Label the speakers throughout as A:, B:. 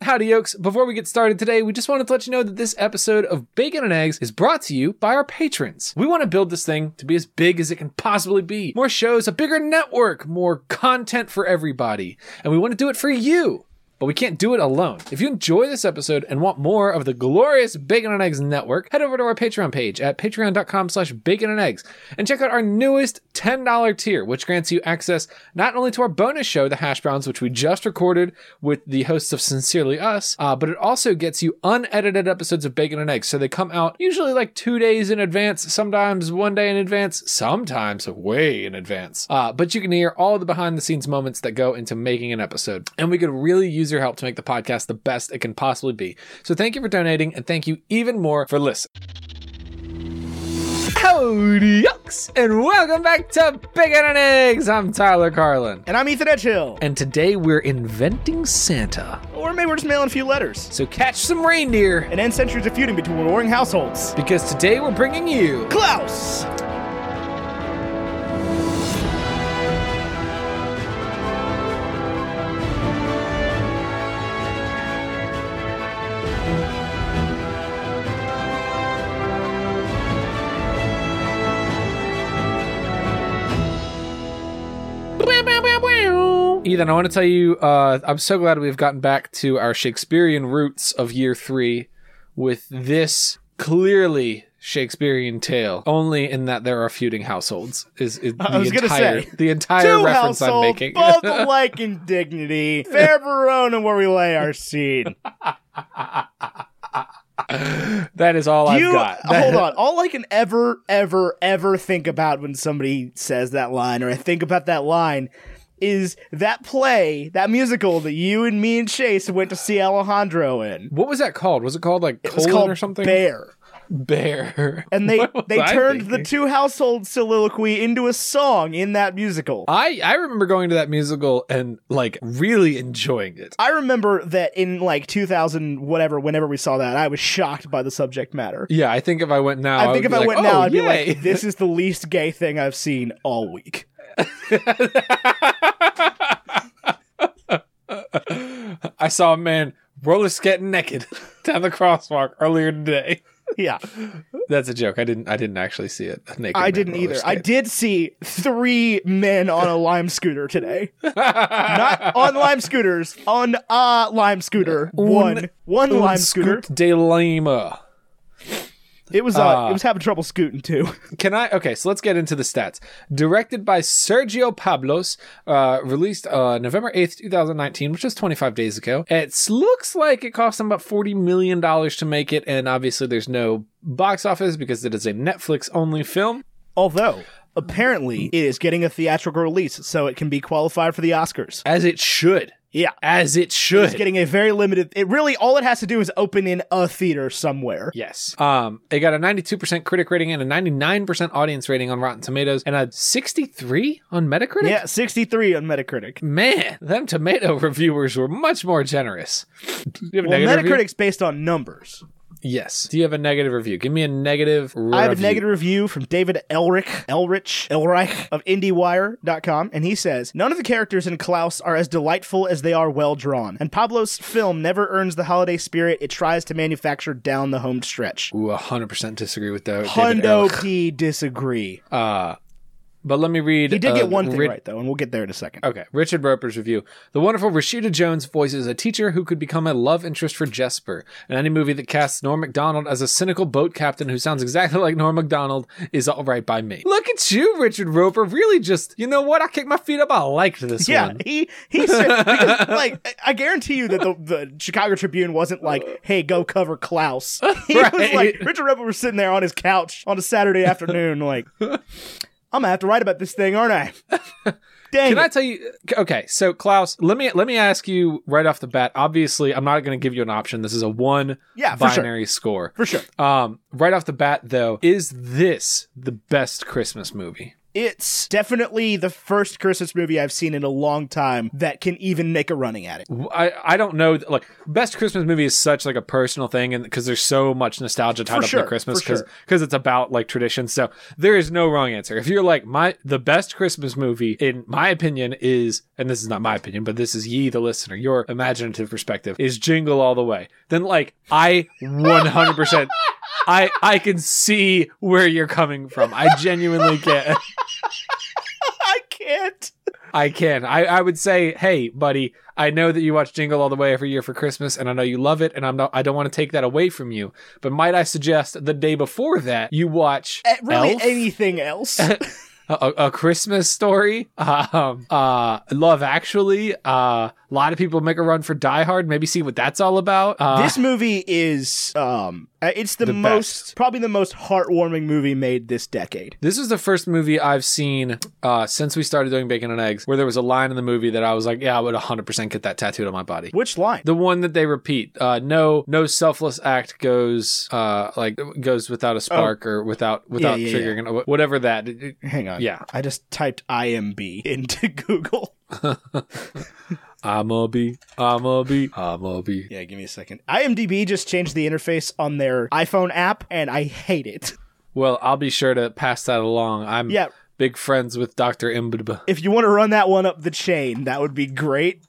A: Howdy, yokes. Before we get started today, we just wanted to let you know that this episode of Bacon and Eggs is brought to you by our patrons. We want to build this thing to be as big as it can possibly be. More shows, a bigger network, more content for everybody. And we want to do it for you but we can't do it alone. If you enjoy this episode and want more of the glorious Bacon and Eggs network, head over to our Patreon page at patreon.com slash bacon and eggs and check out our newest $10 tier, which grants you access not only to our bonus show, The Hash Browns, which we just recorded with the hosts of Sincerely Us, uh, but it also gets you unedited episodes of Bacon and Eggs. So they come out usually like two days in advance, sometimes one day in advance, sometimes way in advance. Uh, but you can hear all the behind the scenes moments that go into making an episode. And we could really use your help to make the podcast the best it can possibly be. So thank you for donating and thank you even more for listening. Howdy, yucks, and welcome back to Bacon and Eggs. I'm Tyler Carlin.
B: And I'm Ethan Edgehill.
A: And today we're inventing Santa.
B: Or maybe we're just mailing a few letters.
A: So catch some reindeer
B: And end centuries of feuding between warring households.
A: because today we're bringing you
B: Klaus!
A: Ethan, I want to tell you, uh, I'm so glad we've gotten back to our Shakespearean roots of year three with this clearly Shakespearean tale. Only in that there are feuding households is, is the
B: I was gonna
A: entire
B: say,
A: the entire
B: Two
A: reference I'm
B: households,
A: making.
B: both alike in dignity. Fair Verone and where we lay our seed.
A: that is all I've
B: you,
A: got.
B: hold on. All I can ever, ever, ever think about when somebody says that line, or I think about that line, is that play, that musical that you and me and Chase went to see Alejandro in.
A: What was that called? Was it called like
B: It was
A: colon
B: called
A: or something?
B: Bear.
A: Bear.
B: and they
A: What was
B: they
A: I
B: turned
A: thinking?
B: the two household soliloquy into a song in that musical.
A: I I remember going to that musical and like really enjoying it.
B: I remember that in like 2000 whatever whenever we saw that I was shocked by the subject matter.
A: Yeah, I think if I went now,
B: I think
A: would
B: if
A: be
B: I
A: like,
B: went
A: "Oh,
B: now I'd be
A: yay."
B: like this is the least gay thing I've seen all week.
A: I saw a man roller skating naked down the crosswalk earlier today.
B: Yeah.
A: That's a joke. I didn't. I didn't actually see it. A naked
B: I
A: man
B: didn't
A: roller
B: either. I
A: skate.
B: did see 3 men on a lime scooter today. Not on lime scooters, on a lime scooter. One one
A: Un
B: lime scooter.
A: scoop De Lima.
B: It was uh,
A: Ah.
B: it was having trouble scooting too.
A: Can I? Okay, so let's get into the stats. Directed by Sergio Pablos, uh, released uh, November 8th, 2019, which was 25 days ago. It looks like it cost them about $40 million to make it, and obviously there's no box office because it is a Netflix only film.
B: Although, apparently, it is getting a theatrical release, so it can be qualified for the Oscars.
A: As it should.
B: Yeah.
A: As it should.
B: It's getting a very limited. It really, all it has to do is open in a theater somewhere.
A: Yes. Um, it got a 92% critic rating and a 99% audience rating on Rotten Tomatoes and a 63 on Metacritic.
B: Yeah, 63 on Metacritic.
A: Man, them tomato reviewers were much more generous. Do you have a
B: Well,
A: negative review?
B: Metacritic's based on numbers.
A: Yes. Do you have a negative review? Give me a negative review.
B: I have a negative review from David Elric, Elrich, Elreich of IndieWire.com, and he says, None of the characters in Klaus are as delightful as they are well drawn, and Pablo's film never earns the holiday spirit it tries to manufacture down the home stretch.
A: Ooh, 100% disagree with that. David Ehrlich.
B: Hundo P disagree.
A: Uh, but let me read.
B: He did
A: uh,
B: get one thing
A: Rid- Uh,
B: right though, and we'll get there in a second.
A: Okay, Richard Roper's review. The wonderful Rashida Jones voices a teacher who could become a love interest for Jesper. And any movie that casts Norm MacDonald as a cynical boat captain who sounds exactly like Norm MacDonald is all right by me. Look at you, Richard Roper. Really just, you know what? I kicked my feet up. I liked this
B: yeah,
A: one.
B: he he said because, like I- I guarantee you that the, the Chicago Tribune wasn't like, "Hey, go cover Klaus." He was
A: Uh. Right.
B: like Richard Rebel was sitting there on his couch on a Saturday afternoon, like, "I'm gonna have to write about this thing, aren't I?" Dang,
A: Can I
B: it.
A: tell you? uh, Okay, so Klaus, let me let me ask you right off the bat. Obviously, I'm not going to give you an option. This is a one
B: Yeah, for sure.
A: binary score.
B: for sure.
A: Um, right off the bat, though, is this the best Christmas movie?
B: it's definitely the first Christmas movie I've seen in a long time that can even make a running at it.
A: I, I don't know like best christmas movie is such like a personal thing and because there's so much nostalgia tied
B: For
A: up
B: sure,
A: to christmas
B: for
A: because
B: sure.
A: it's about like tradition so there is no wrong answer if you're like my the best christmas movie in my opinion is and this is not my opinion but this is ye the listener your imaginative perspective is jingle all the way then like i 100% I, I can see where you're coming from. I genuinely can.
B: I can't.
A: I can. I, I would say, hey, buddy, I know that you watch Jingle All the Way every year for Christmas, and I know you love it, and I'm not, I don't want to take that away from you. But might I suggest the day before that you watch
B: Eh, Really,
A: Elf?
B: anything else?
A: a, a- a Christmas story, um, uh, Love Actually. Uh, a lot of people make a run for Die Hard. Maybe see what that's all about. Uh,
B: this movie is um uh, it's the,
A: The
B: most
A: best.
B: probably the most heartwarming movie made this decade.
A: This is the first movie I've seen uh, since we started doing Bacon and Eggs where there was a line in the movie that I was like, yeah, I would 100% get that tattooed on my body.
B: Which line?
A: The one that they repeat. Uh, no, no selfless act goes uh, like goes without a spark or without without
B: Oh. yeah,
A: triggering or wh- whatever that. it- it-
B: Hang on.
A: Yeah.
B: I just typed IMB into Google.
A: I'm a bee. I'm a bee. I'm a bee.
B: Yeah, give me a second. IMDb just changed the interface on their iPhone app, and I hate it.
A: Well, I'll be sure to pass that along. I'm
B: Yeah.
A: big friends with Doctor Imbudba.
B: If you want to run that one up the chain, that would be great.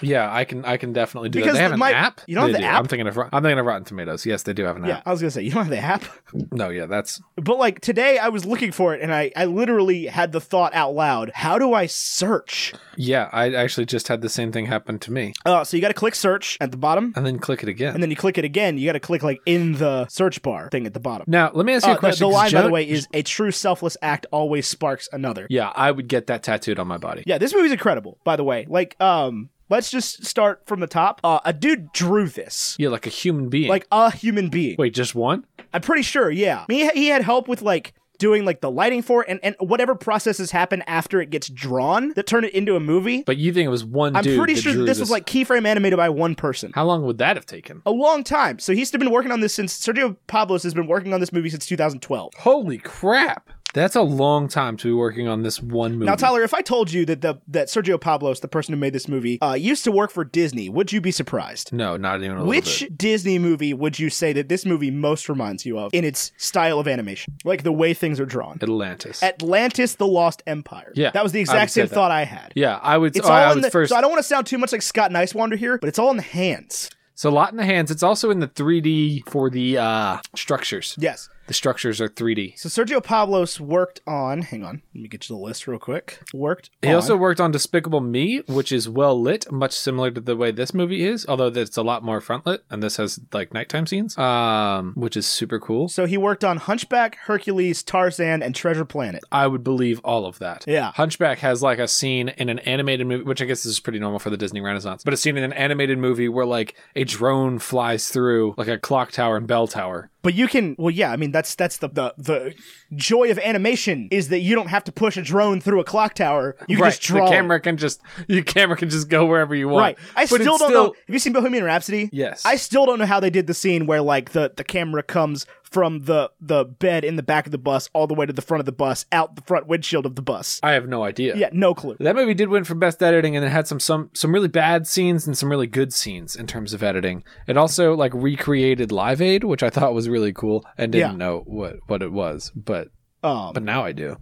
A: Yeah, I can. I can definitely do
B: Because
A: that. They have an
B: my-
A: app.
B: you don't have
A: They
B: the
A: do.
B: app?
A: I'm thinking of. Ro- I'm thinking of Rotten Tomatoes. Yes, they do have an
B: Yeah,
A: app.
B: I was gonna say you don't have the app,
A: No, yeah, that's
B: but like today I was looking for it, and I I literally had the thought out loud: How do I search?
A: yeah. I actually just had the same thing happen to me,
B: Uh, so you got to click search at the bottom,
A: and then click it again.
B: and then you click it again. You got to click like in the search bar thing at the bottom.
A: now, let me ask you
B: Uh,
A: a
B: the-
A: question.
B: the,
A: 'cause
B: line, by the
A: Joan-
B: way, is a true selfless act always sparks another.
A: yeah, I would get that tattooed on my body.
B: Yeah, this movie's incredible, by the way. Like, um, let's just start from the top. Uh, a dude drew this.
A: Yeah, like a human being.
B: Like a human being.
A: Wait, just one?
B: I'm pretty sure, yeah. I mean, he, he had help with like doing like the lighting for it and, and whatever processes happen after it gets drawn that turn it into a movie.
A: But you think it was one
B: I'm
A: dude?
B: pretty
A: that
B: sure
A: drew
B: this was like keyframe animated by one person.
A: How long would that have taken?
B: A long time. So he's been working on this since Sergio Pablos has been working on this movie since 2012.
A: Holy crap! That's a long time to be working on this one movie.
B: Now, Tyler, if I told you that the that Sergio Pablos, the person who made this movie, uh, used to work for Disney, would you be surprised?
A: no, not even a little
B: Which
A: bit.
B: Disney movie would you say that this movie most reminds you of in its style of animation? Like the way things are drawn.
A: Atlantis.
B: Atlantis the Lost Empire.
A: Yeah,
B: That was the
A: I
B: exact
A: would say
B: same
A: that.
B: thought I had.
A: yeah, I would.
B: It's
A: oh, I
B: all in
A: would
B: the,
A: first.
B: so I don't want to sound too much like Scott Nicewander here, but it's all in the hands.
A: it's a lot in the hands. It's also in the 3D for the uh, structures.
B: Yes.
A: The structures are 3D.
B: So Sergio Pablos worked on hang on, let me get you the list real quick. Worked
A: He
B: on
A: also worked on Despicable Me, which is well lit, much similar to the way this movie is, although it's a lot more front lit, and this has like nighttime scenes, um, which is super cool.
B: So he worked on Hunchback, Hercules, Tarzan, and Treasure Planet.
A: I would believe all of that.
B: Yeah.
A: Uh, Hunchback has like a scene in an animated movie, which I guess is pretty normal for the Disney Renaissance, but a scene in an animated movie where like a drone flies through like a clock tower and bell tower.
B: But you can well yeah, I mean that's that's the the, the joy of animation is that you don't have to push a drone through a clock tower. You can
A: right.
B: just draw
A: the
B: it.
A: camera can just your camera can just go wherever you want.
B: Right. I
A: But
B: still
A: it's
B: don't know. Have you seen Bohemian Rhapsody?
A: Yes.
B: I still don't know how they did the scene where like the the camera comes from the the bed in the back of the bus all the way to the front of the bus out the front windshield of the bus.
A: I have no idea.
B: Yeah, no clue.
A: That movie did win for best editing, and it had some some some really bad scenes and some really good scenes in terms of editing. It also like recreated Live Aid, which I thought was really cool, and didn't
B: Yeah.
A: know what what it was, but
B: Um,
A: but now I do.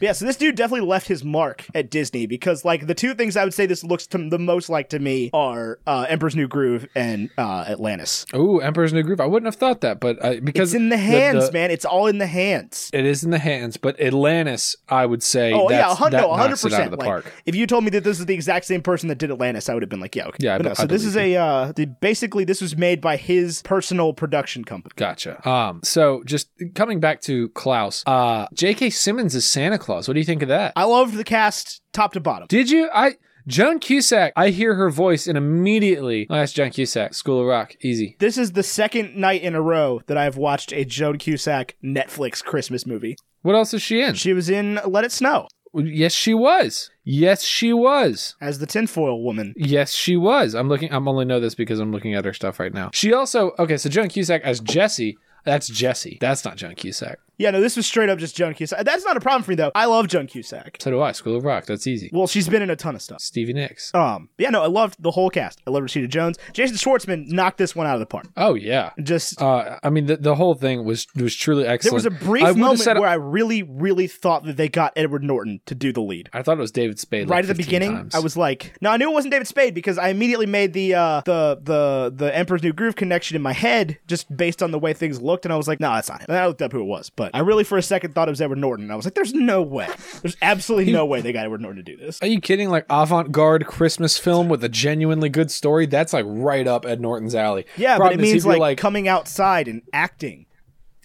B: yeah, so this dude definitely left his mark at Disney because like the two things I would say this looks to, the most like to me are uh, Emperor's New Groove and uh, Atlantis.
A: Oh, Emperor's New Groove. I wouldn't have thought that, but I, because
B: It's in the hands,
A: the-
B: man. It's all in the hands.
A: It is in the hands, but Atlantis, I would say,
B: Oh yeah,
A: that's,
B: a hun-
A: that
B: no, a hundred
A: knocks it out of
B: percent.
A: the
B: Like,
A: park.
B: if you told me that this is the exact same person that did Atlantis, I would have been like, yeah, okay.
A: Yeah, I
B: But
A: be-
B: no,
A: I
B: so this
A: believe
B: is a uh, the, basically this was made by his personal production company.
A: Gotcha. Um, so just coming back to Klaus, uh, J.K. Simmons is Santa Claus. What do you think of that?
B: I loved the cast top to bottom.
A: Did you? I Joan Cusack. I hear her voice and immediately. Oh, that's Joan Cusack. School of Rock. Easy.
B: This is the second night in a row that I have watched a Joan Cusack Netflix Christmas movie.
A: What else is she in?
B: She was in Let It Snow
A: yes, she was. Yes, she was.
B: as the tinfoil woman.
A: Yes, she was. I'm looking. I'm only know this because I'm looking at her stuff right now. She also okay. So Joan Cusack as Jesse. That's Jesse. That's not Joan Cusack.
B: Yeah, no, this was straight up just Joan Cusack. That's not a problem for me though. I love Joan Cusack.
A: So do I. School of Rock. That's easy.
B: Well, she's been in a ton of stuff.
A: Stevie Nicks.
B: Um, yeah, no, I loved the whole cast. I loved Rashida Jones. Jason Schwartzman knocked this one out of the park.
A: Oh yeah.
B: Just
A: Uh, I mean, the, the whole thing was was truly excellent.
B: there was a brief
A: I would've
B: moment
A: said-
B: where I really, really thought that they got Edward Norton to do the lead.
A: I thought it was David Spade. like
B: Right at the
A: 15
B: beginning,
A: times.
B: I was like, "No, I knew it wasn't David Spade because I immediately made the uh, the the the Emperor's New Groove connection in my head just based on the way things looked, and I was like, "No, that's not him." And I looked up who it was, but I really for a second thought it was Edward Norton. And I was like, "There's no way. There's absolutely no way they got Edward Norton to do this."
A: Are you kidding? Like avant-garde Christmas film with a genuinely good story. That's like right up Ed Norton's alley.
B: Yeah,
A: Problem
B: but it
A: is, he'd
B: means
A: be
B: like, coming outside and acting.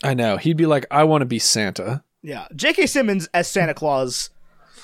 A: I know he'd be like, I want to be Santa.
B: Yeah, J.K. Simmons as Santa Claus,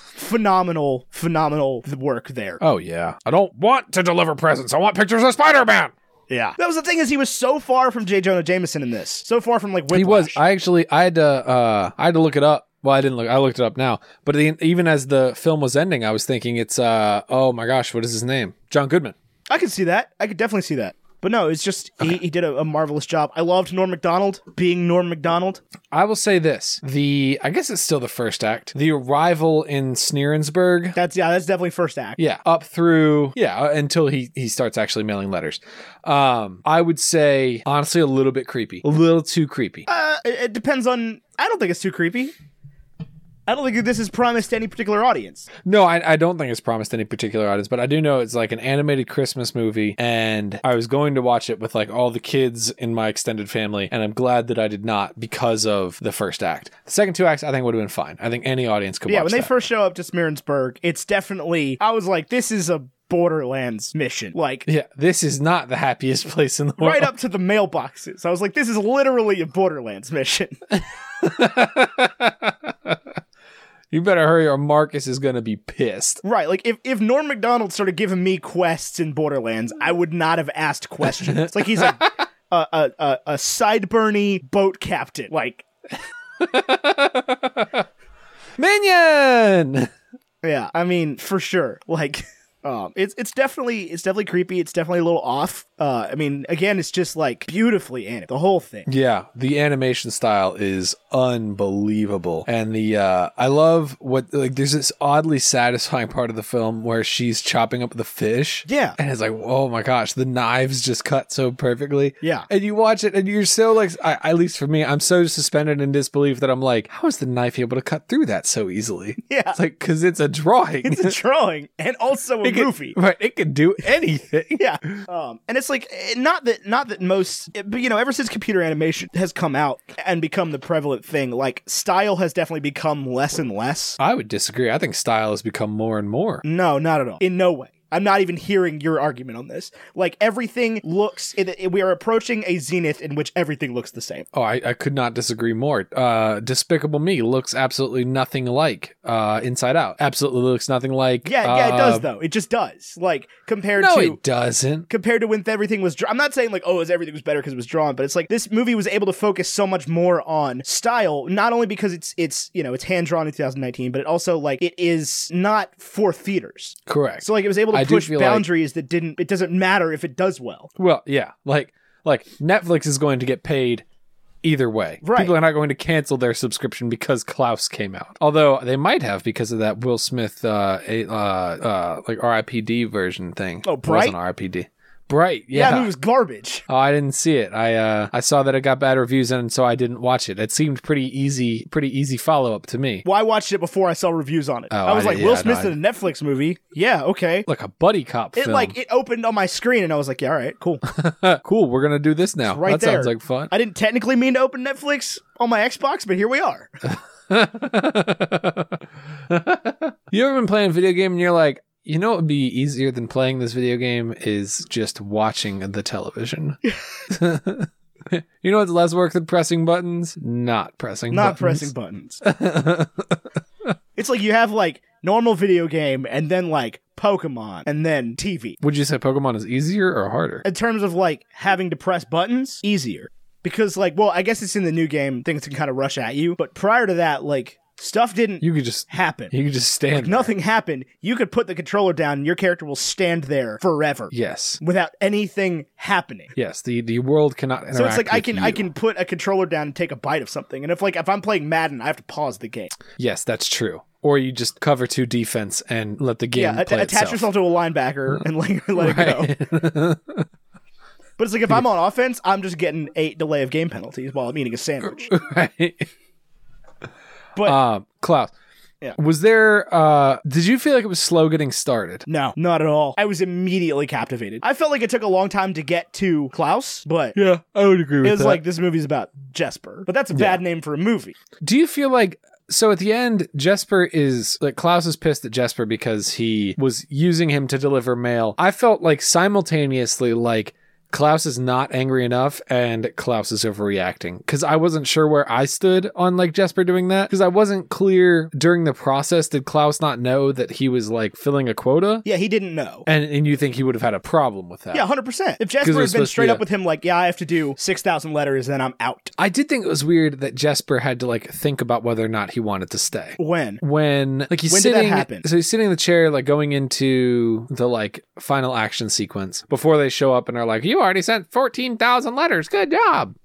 B: phenomenal, phenomenal work there.
A: Oh yeah. I don't want to deliver presents. I want pictures of Spider-Man.
B: Yeah, that was the thing is he was so far from J. Jonah Jameson in this, so far from like Whiplash.
A: He was. I actually, I had to, uh, I had to look it up. Well, I didn't look. I looked it up now. But the, even as the film was ending, I was thinking, it's, uh, oh my gosh, what is his name? John Goodman.
B: I could see that. I could definitely see that. But no, it's just he, he did a, a marvelous job. I loved Norm Macdonald being Norm Macdonald.
A: I will say this: the, I guess it's still the first act. The arrival in Sneerensburg.
B: That's yeah, that's definitely first act.
A: Yeah, up through yeah uh, until he he starts actually mailing letters. Um, I would say honestly a little bit creepy, a little too creepy.
B: Uh, it, it depends on. I don't think it's too creepy. I don't think this is promised to any particular audience.
A: No, I, I don't think it's promised any particular audience, but I do know it's like an animated Christmas movie, and I was going to watch it with like all the kids in my extended family, and I'm glad that I did not because of the first act. The second two acts, I think, would have been fine. I think any audience could
B: Yeah,
A: watch
B: when they
A: that.
B: first show up to Smearensburg, it's definitely. I was like, this is a Borderlands mission. Like,
A: yeah, this is not the happiest place in the world.
B: right up to the mailboxes. I was like, this is literally a Borderlands mission.
A: You better hurry, or Marcus is gonna be pissed.
B: right. Like if, if Norm McDonald started giving me quests in Borderlands, I would not have asked questions. It's like he's a a, a, a, a sideburny boat captain. Like
A: Minion.
B: yeah, I mean, for sure. Like um, it's it's definitely it's definitely creepy. It's definitely a little off. Uh, I mean, again, it's just like beautifully animated. The whole thing.
A: Yeah, the animation style is unbelievable, and the uh, I love what like there's this oddly satisfying part of the film where she's chopping up the fish.
B: Yeah.
A: and it's like oh my gosh, the knives just cut so perfectly.
B: Yeah.
A: and you watch it, and you're so like, I, at least for me, I'm so suspended in disbelief that I'm like, how is the knife able to cut through that so easily?
B: Yeah.
A: it's like because it's a drawing.
B: It's a drawing and also a
A: It could-
B: movie.
A: right? It can do anything.
B: yeah um, and it's like eh, not that not that most eh, but you know ever since computer animation has come out and become the prevalent thing like style has definitely become less and less
A: I would disagree. I think style has become more and more.
B: no not at all in no way I'm not even hearing your argument on this. Like everything looks, it, it- we are approaching a zenith in which everything looks the same.
A: Oh, I, I could not disagree more. Uh, Despicable Me looks absolutely nothing like uh, Inside Out. Absolutely looks nothing like.
B: Yeah, yeah, it does
A: uh,
B: though. It just does. Like compared
A: No,
B: to
A: it doesn't.
B: compared to when everything was drawn. I'm not saying like, oh, is everything was better because it was drawn, but it's like this movie was able to focus so much more on style, not only because it's it's you know it's hand drawn in 2019, but it also like it is not for theaters.
A: Correct.
B: So like it was able to
A: I do
B: push
A: feel like-
B: boundaries that didn't. It doesn't matter if it does well.
A: well, yeah, like like Netflix is going to get paid either way.
B: Right.
A: People are not going to cancel their subscription because Klaus came out. Although they might have because of that Will Smith uh, a, uh, uh like RIPD version thing.
B: Oh, Bright?
A: It wasn't RIPD. Bright.
B: Yeah,
A: Yeah.
B: that movie was garbage.
A: Oh, I didn't see it. I uh, I saw that it got bad reviews, and so I didn't watch it. It seemed pretty easy, pretty easy follow up to me.
B: Well, I watched it before I saw reviews on it.
A: Oh,
B: I was
A: I-
B: like,
A: yeah,
B: Will
A: no,
B: Smith
A: I-
B: in a Netflix movie. Yeah, okay.
A: Like a buddy cop
B: It
A: film.
B: like it opened on my screen and I was like, yeah, all right, cool.
A: cool. We're gonna do this now.
B: right
A: that sounds
B: there.
A: like fun.
B: I didn't technically mean to open Netflix on my Xbox, but here we are.
A: you ever been playing a video game and you're like, you know, what would be easier than playing this video game is just watching the television. you know what's less work than pressing buttons? Not pressing. buttons.
B: not pressing buttons. it's like you have like normal video game and then like Pokemon and then TV.
A: Would you say Pokemon is easier or harder?
B: In terms of like having to press buttons, easier. Because like, well, I guess it's in the new game, things can kind of rush at you. But prior to that, like Stuff didn't
A: You could just
B: happen.
A: you could just stand. there.
B: Nothing happened. You could put the controller down and your character will stand there forever
A: Yes.
B: without anything happening.
A: Yes. The the world cannot interact.
B: So it's like I
A: with
B: can
A: you.
B: I can put a controller down and take a bite of something. And if like if I'm playing Madden, I have to pause the game.
A: Yes, that's true. Or you just cover two defense and let the game
B: Yeah,
A: play
B: a- attach
A: itself. Uh-huh.
B: yourself to a linebacker and like let it go.
A: Right.
B: But it's like if I'm on offense, I'm just getting eight delay of game penalties while I'm eating a sandwich.
A: right.
B: But-
A: uh, Klaus,
B: Yeah.
A: was there? Uh, did you feel like it was slow getting started?
B: No, not at all. I was immediately captivated. I felt like it took a long time to get to Klaus, but
A: Yeah, I would agree with
B: it was like this movie's about Jesper. But that's a bad name for a movie.
A: Do you feel like so at the end, Jesper is like Klaus is pissed at Jesper because he was using him to deliver mail. I felt like simultaneously like Klaus is not angry enough and Klaus is overreacting because I wasn't sure where I stood on like Jesper doing that because I wasn't clear during the process. Did Klaus not know that he was like filling a quota?
B: Yeah, he didn't know.
A: And uh, and you think he would have had a problem with that?
B: Yeah, hundred percent. If
A: they're
B: Jesper had been
A: supposed to
B: straight
A: be
B: up
A: a-
B: with him, like, yeah, I have to do six thousand letters, then I'm out.
A: I did think it was weird that Jesper had to like think about whether or not he wanted to stay.
B: When?
A: when like he's
B: When did that
A: sitting
B: happen?
A: so he's sitting in the chair like going into the like final action sequence before they show up and are like you already sent 14,000 letters good job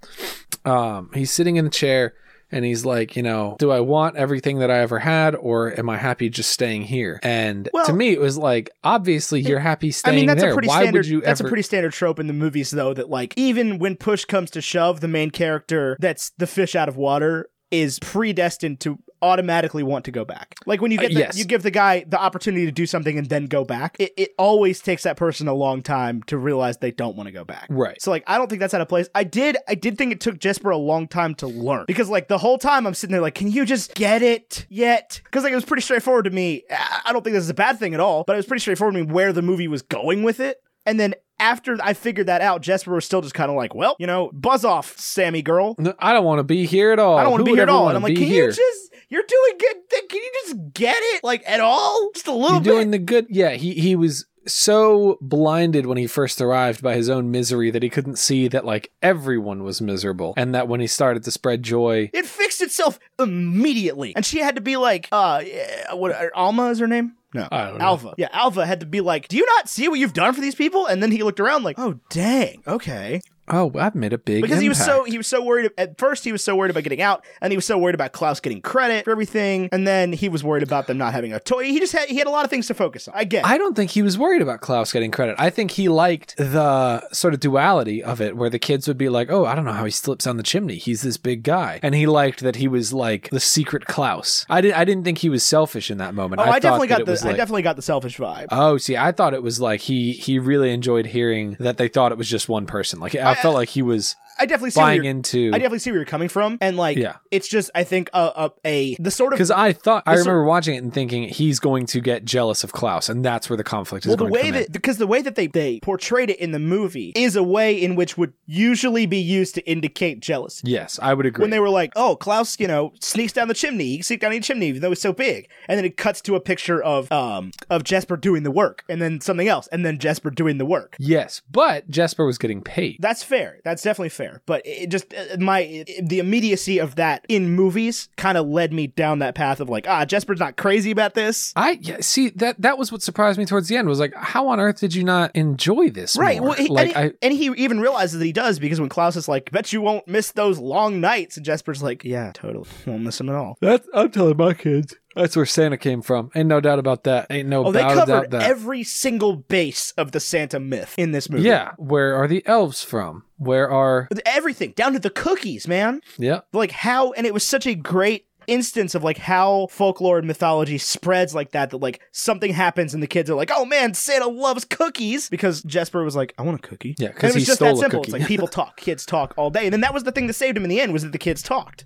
A: um he's sitting in the chair and he's like you know do i want everything that i ever had or am i happy just staying here and
B: Well-
A: to me it was like obviously you're happy
B: I
A: staying
B: mean, that's
A: there
B: a pretty
A: why
B: standard.
A: would you
B: that's
A: ever
B: a pretty standard trope in the movies, though. That like, even when push comes to shove, the main character that's the fish out of water is predestined to automatically want to go back. Like when you get
A: Uh,
B: the,
A: yes.
B: you give the guy the opportunity to do something and then go back, it, it always takes that person a long time to realize they don't want to go back.
A: Right.
B: So like I don't think that's out of place. I did I did think it took Jesper a long time to learn because like the whole time I'm sitting there like can you just get it yet? Because like it was pretty straightforward to me. I I don't think this is a bad thing at all, but it was pretty straightforward to me where the movie was going with it. And then after I figured that out, Jesper was still just kind of like, well, you know, buzz off, Sammy girl.
A: No, i don't want to be here at all
B: I don't want
A: Oh, Who
B: to be
A: would
B: here at
A: ever
B: all.
A: wanna
B: And I'm like,
A: be
B: can
A: here?
B: you just? You're doing good. Thing. Can you just get it like at all? Just a little
A: You're
B: bit.
A: doing the good. Yeah, he he was so blinded when he first arrived by his own misery that he couldn't see that like everyone was miserable, and that when he started to spread joy,
B: It fixed itself immediately. And she had to be like, uh, eh, what, Alma is her name? No.
A: I don't know.
B: Alva. Yeah, Alva had to be like, do you not see what you've done for these people? And then he looked around like, oh, dang. Okay.
A: oh, I've made a big
B: Because he was so
A: impact."
B: he was so worried at first he was so worried about getting out and he was so worried about Klaus getting credit for everything and then he was worried about them not having a toy. He just had he had a lot of things to focus on. I get. it.
A: I don't think he was worried about Klaus getting credit. I think he liked the sort of duality of it where the kids would be like, "Oh, I don't know how he slips down the chimney. He's this big guy." And he liked that he was like the secret Klaus. I didn't I didn't think he was selfish in that moment.
B: oh, I, definitely
A: thought that
B: got
A: it
B: the
A: was
B: I
A: like-
B: definitely got the selfish vibe.
A: Oh, see, I thought it was like he he really enjoyed hearing that they thought it was just one person. Like I, felt like he was
B: I definitely see where
A: buying
B: you're-
A: into
B: I definitely see where you're coming from and like
A: Yeah.
B: it's just I think a, a, a the sort of
A: because I thought I
B: This-
A: remember watching it and thinking he's going to get jealous of Klaus, and that's where the conflict is.
B: Well, the
A: going to
B: way
A: come in.
B: that because the way that they they portrayed it in the movie is a way in which would usually be used to indicate jealousy.
A: yes, I would agree.
B: When they were like, "Oh, Klaus, you know, sneaks down the chimney. He sneaked down the chimney, even though it's so big." And then it cuts to a picture of um of Jesper doing the work, and then something else, and then Jesper doing the work.
A: yes, but Jesper was getting paid.
B: That's fair. That's definitely fair. But it just uh, my it- the immediacy of that in movies kind of led me down that path of like, ah, Jesper's not crazy about this.
A: I yeah, see that that was what surprised me towards the end was like, how on earth did you not enjoy this?
B: Right.
A: more?
B: Well, he,
A: like
B: and, he, and he even realizes that he does because when Klaus is like, "Bet you won't miss those long nights," and Jesper's like, "Yeah, totally, won't miss them at all."
A: I that's I'm telling my kids that's where Santa came from. Ain't no doubt about that. Ain't no
B: Oh, they
A: doubt about
B: covered
A: that.
B: every single base of the Santa myth in this movie.
A: yeah, where are the elves from? Where are
B: everything down to the cookies, man.
A: yeah?
B: Like how, and it was such a great instance of like how folklore and mythology spreads like that. That like something happens and the kids are like, "Oh man, Santa loves cookies," because Jesper was like, "I want a cookie."
A: Yeah, 'cause
B: And it was
A: he
B: just
A: stole
B: that
A: a
B: simple.
A: cookie.
B: It's like people talk, kids talk all day, and then that was the thing that saved him in the end was that the kids talked.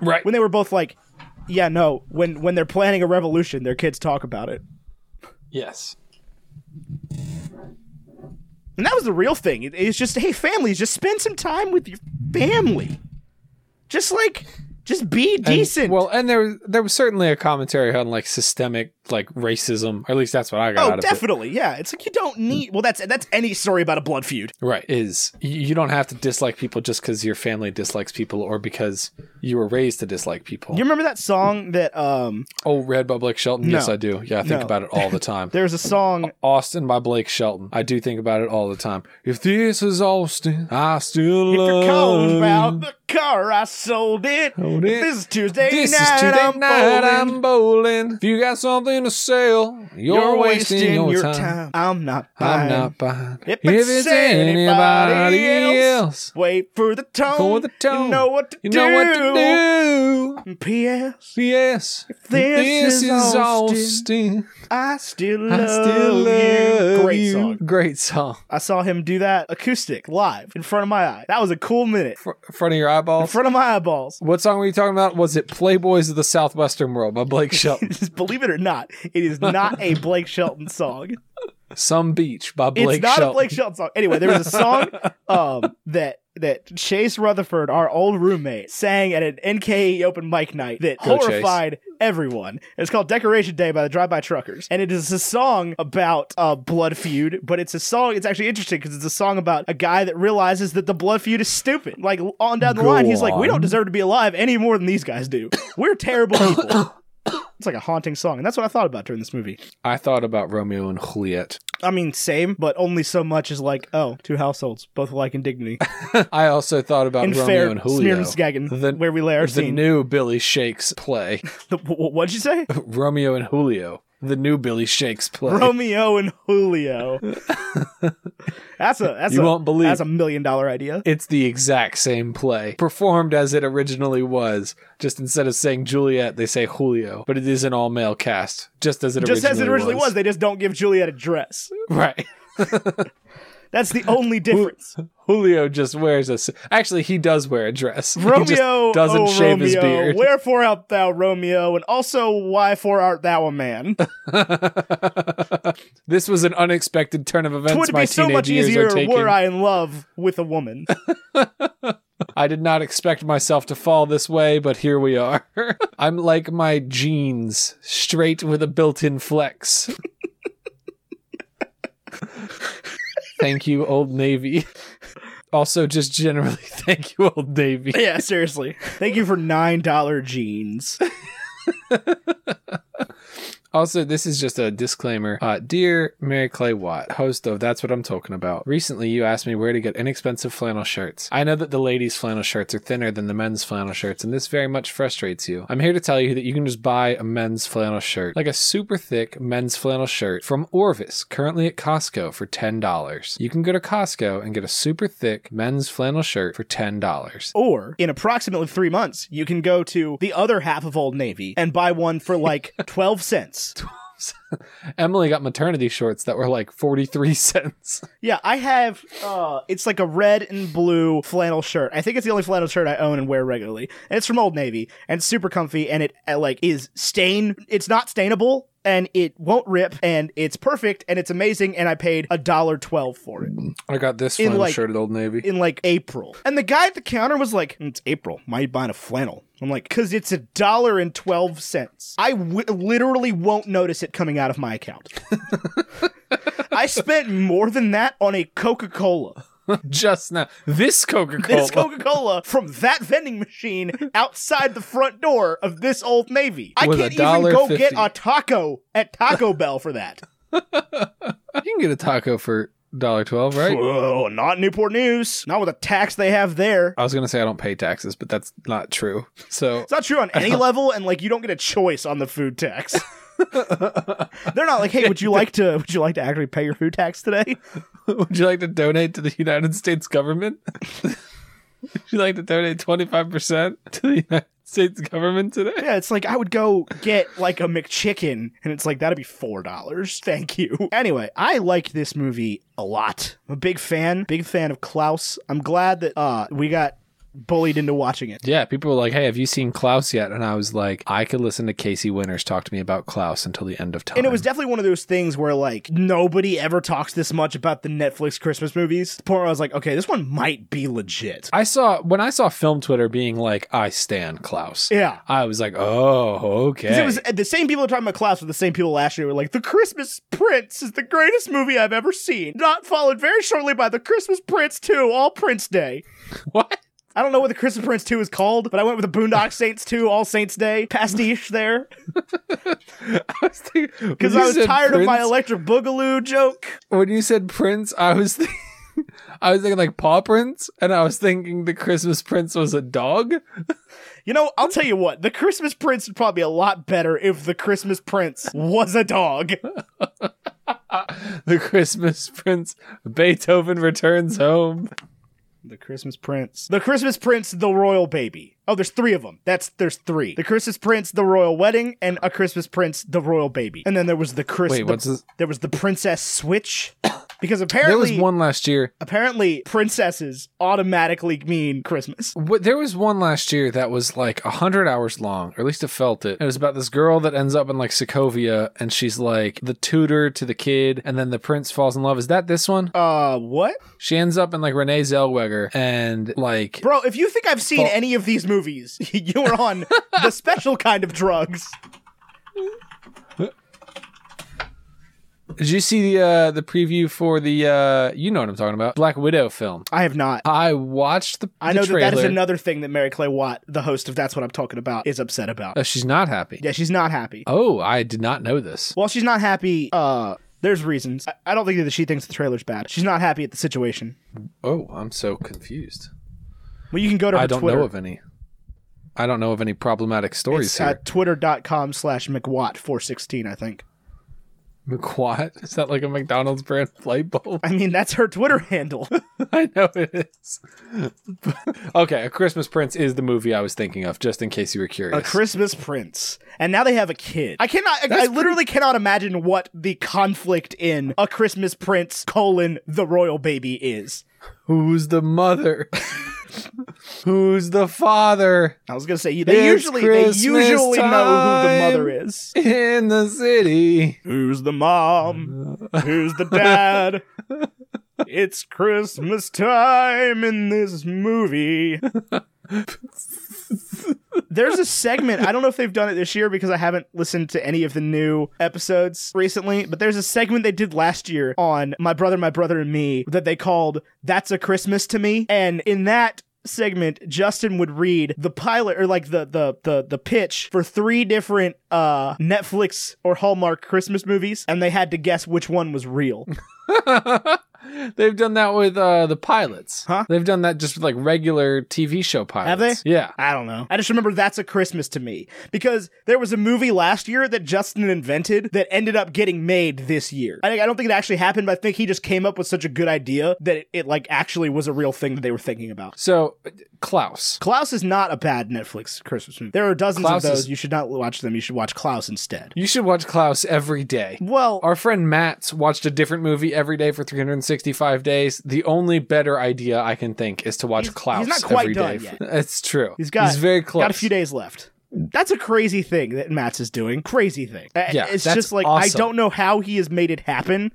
A: Right.
B: when they were both like, "Yeah, no." When when they're planning a revolution, their kids talk about it,
A: Yes.
B: and that was the real thing. It- It's just, hey, families, just spend some time with your family. Just like, just be decent.
A: Well, and there there was certainly a commentary on like systemic like racism, or at least that's what I got
B: Oh,
A: out of it.
B: definitely. Yeah, it's like you don't need. Well, that's that's any story about a blood feud.
A: Right, is you- you don't have to dislike people just because your family dislikes people or because you were raised to dislike people.
B: You remember that song that um?
A: oh, Red by Blake Shelton. Yes,
B: No.
A: I do. Yeah, I think
B: No.
A: about it all the time.
B: There's a song.
A: Austin by Blake Shelton. I do think about it all the time. If this is Austin, I still
B: If you're
A: love
B: cold
A: you.
B: about the car, I sold it.
A: Sold it.
B: This is Tuesday
A: This
B: night.
A: is Tuesday
B: I'm
A: night.
B: bowling.
A: I'm bowling. If you got something to sell, you're, wasting, your, time.
B: I'm not.
A: I'm
B: buying.
A: not buying.
B: If it's anybody
A: else,
B: Wait for the tone.
A: for the tone,
B: You know what to
A: You
B: do.
A: know what to do.
B: P.S.
A: Yes,
B: This, is, Austin.
A: Austin.
B: I still love,
A: I still
B: you.
A: love
B: Great
A: you.
B: song.
A: Great song.
B: I saw him do that acoustic live in front of my eye. That was a cool minute.
A: Fr- in front of your
B: In
A: eyeballs.
B: front of my eyeballs.
A: What song were you talking about? Was it Playboys of the Southwestern World by Blake Shelton?
B: Just believe it or not, it is not a Blake Shelton song.
A: Some Beach by Blake
B: it's not
A: Shelton.
B: a Blake Shelton song. Anyway, there was a song um, that that Chase Rutherford, our old roommate, sang at an NKE open mic night that
A: Go, Chase.
B: horrified everyone. It's called "Decoration Day" by the Drive By Truckers, and it is a song about a blood feud. But it's a song. It's actually interesting because it's a song about a guy that realizes that the blood feud is stupid. Like on down the
A: Go
B: line, he's like, "We
A: on.
B: don't deserve to be alive any more than these guys do. We're terrible people." It's like a haunting song, and that's what I thought about during this movie.
A: I thought about Romeo and Juliet.
B: I mean, same, but only so much as like, oh, two households, both alike in dignity,
A: I also thought about
B: in
A: Romeo
B: fair
A: and Julio.
B: Smearnsgagging,
A: The-
B: where we lay our
A: the
B: scene.
A: new Billy Shakes play.
B: The- wh- wh- what'd you say?
A: Romeo and Julio. The new Billy Shakes play.
B: Romeo and Julio. that's a that's
A: you
B: a
A: won't believe
B: that's a million dollar idea.
A: it's the exact same play performed as it originally was. Just instead of saying Juliet, they say Julio. But it is an all male cast, just as it
B: Just
A: originally
B: as it originally was. they just don't give Juliet a dress.
A: Right.
B: That's the only difference.
A: Julio just wears a. s- Actually, he does wear a dress. He just
B: Romeo
A: doesn't
B: oh,
A: shave his
B: Romeo,
A: beard.
B: Wherefore art thou Romeo, and also why for art thou a man?
A: this was an unexpected turn of events.
B: Would
A: My
B: be so
A: teenage
B: much
A: years
B: easier
A: are taking.
B: were I in love with a woman.
A: I did not expect myself to fall this way, but here we are. I'm like my jeans, straight with a built in flex. thank you, Old Navy. Also, just generally, thank you, Old Navy.
B: yeah, seriously. Thank you for nine dollar jeans.
A: Also, this is just a disclaimer. Uh, dear Mary Clay Watt, host of That's What I'm Talking About, recently you asked me where to get inexpensive flannel shirts. I know that the ladies' flannel shirts are thinner than the men's flannel shirts, and this very much frustrates you. I'm here to tell you that you can just buy a men's flannel shirt, like a super thick men's flannel shirt from Orvis, currently at Costco for $10. You can go to Costco and get a super thick men's flannel shirt for $10.
B: Or in approximately three months, you can go to the other half of Old Navy and buy one for like twelve cents.
A: Emily got maternity shorts that were like 43 cents.
B: Yeah, I have. Uh, it's like a red and blue flannel shirt. I think it's the only flannel shirt I own and wear regularly. And it's from Old Navy, and it's super comfy, and it uh, like is stain. It's not stainable, and it won't rip, and it's perfect, and it's amazing. And I paid a dollar twelve for it.
A: I got this
B: In,
A: flannel
B: like-
A: shirt at Old Navy.
B: in like April. And the guy at the counter was like, "Mm, "It's April. Why are you buying a flannel?" I'm like, "Cause it's a dollar and twelve cents. I w- literally won't notice it coming out of my account. I spent more than that on a Coca Cola.
A: just now. This Coca Cola.
B: This Coca Cola from that vending machine outside the front door of this Old Navy. I
A: With
B: can't
A: a
B: even
A: dollar
B: go
A: fifty.
B: get a taco at Taco Bell for that.
A: you can get a taco for dollar twelve, right?
B: Whoa, not Newport News. Not with the tax they have there.
A: I was gonna say I don't pay taxes, but that's not true. So
B: It's not true on any level, and like you don't get a choice on the food tax. They're not like, hey, would you like to would you like to actually pay your food tax today?
A: would you like to donate to the United States government? would you like to donate twenty five percent to the United States government today?
B: Yeah, it's like I would go get like a McChicken, and it's like that'd be four dollars. Thank you. Anyway, I liked this movie a lot. I'm a big fan, big fan of Klaus. I'm glad that uh we got bullied into watching it.
A: Yeah, people were like, "Hey, have you seen Klaus yet?" And I was like, "I could listen to Casey Winters talk to me about Klaus until the end of time."
B: And it was definitely one of those things where like nobody ever talks this much about the Netflix Christmas movies. To the point where I was like, okay, this one might be legit.
A: I saw when I saw film Twitter being like, "I stand Klaus."
B: Yeah.
A: I was like, "Oh, okay."
B: Because it was uh, the same people talking about Klaus were the same people last year who were like, The Christmas Prince is the greatest movie I've ever seen. Not followed very shortly by The Christmas Prince 2, All Prince Day.
A: what?
B: I don't know what The Christmas Prince 2 is called, but I went with The Boondock Saints 2, All Saints Day, pastiche there. Because
A: Because
B: I was tired of my electric boogaloo joke.
A: when you said Prince, I was thinking, I was thinking like Paw Prince, and I was thinking the Christmas Prince was a dog.
B: You know, I'll tell you what, The Christmas Prince would probably be a lot better if The Christmas Prince was a dog.
A: The Christmas Prince, Beethoven returns home.
B: The Christmas Prince. The Christmas Prince, the royal baby. Oh, there's three of them. That's there's three. The Christmas Prince, the royal wedding, and a Christmas Prince, the royal baby. And then there was the Christmas.
A: Wait, what's this?
B: There was the Princess Switch. Because
A: There was
B: apparently,
A: one last year.
B: apparently, princesses automatically mean Christmas.
A: What, there was one last year that was like a hundred hours long, or at least it felt it. It was about this girl that ends up in like Sokovia, and she's like the tutor to the kid, and then the prince falls in love. Is that this one?
B: Uh, what,
A: She ends up in like Renee Zellweger, and like
B: bro? If you think I've seen
A: Well-
B: any of these movies, you are on the special kind of drugs.
A: Did you see the uh, the preview for the uh, you know what I'm talking about Black Widow film?
B: I have not.
A: I watched Uh, the.
B: I
A: the
B: know that that is
A: trailer.
B: another thing that Mary Clay Watt, the host of That's What I'm Talking About, is upset about.
A: Oh, she's not happy.
B: Yeah, she's not happy.
A: Oh, I did not know this.
B: Well, she's not happy, uh, there's reasons. I, I don't think that she thinks the trailer's bad. She's not happy at the situation.
A: Oh, I'm so confused.
B: Well, you can go to her
A: I don't
B: Twitter.
A: know of any. I don't know of any problematic stories
B: It's, uh,
A: here.
B: twitter.com slash McWatt416, I think.
A: McQuat? Is that like a McDonald's brand light bulb?
B: I mean, that's her Twitter handle.
A: I know it is. okay, A Christmas Prince is the movie I was thinking of, just in case you were curious.
B: a Christmas Prince. And now they have a kid. I cannot, I, I literally cannot imagine what the conflict in A Christmas Prince colon The Royal Baby is.
A: Who's the mother? Who's the father?
B: I was gonna say they
A: It's
B: usually
A: Christmas
B: they usually know who the mother
A: time.
B: is.
A: In the city.
B: Who's the mom? Who's the dad? It's Christmas time in this movie. There's a segment, I don't know if they've done it this year because I haven't listened to any of the new episodes recently, but there's a segment they did last year on My Brother, My Brother, and Me that they called That's a Christmas to Me. And in that segment Justin would read the pilot or like the the the the pitch for three different uh Netflix or Hallmark Christmas movies and they had to guess which one was real.
A: They've done that with uh, the pilots.
B: Huh?
A: They've done that just with like regular TV show pilots.
B: Have they?
A: Yeah.
B: I don't know. I just remember that's a Christmas to me because there was a movie last year that Justin invented that ended up getting made this year. I, think- I don't think it actually happened, but I think he just came up with such a good idea that it, it like actually was a real thing that they were thinking about.
A: So, Klaus.
B: Klaus is not a bad Netflix Christmas movie. There are dozens
A: Klaus
B: of
A: is-
B: those. You should not watch them. You should watch Klaus instead.
A: You should watch Klaus every day.
B: Well,
A: Our friend Matt's watched a different movie every day for 365 days. The only better idea I can think is to watch
B: He's-
A: Klaus
B: he's not quite
A: every
B: done
A: day.
B: yet.
A: It's true.
B: He's got-
A: He's very close.
B: Got a few days left. That's a crazy thing that Matt's is doing. Crazy thing. I-
A: Yeah,
B: it's
A: that's
B: just like I
A: awesome.
B: don't know how he has made it happen.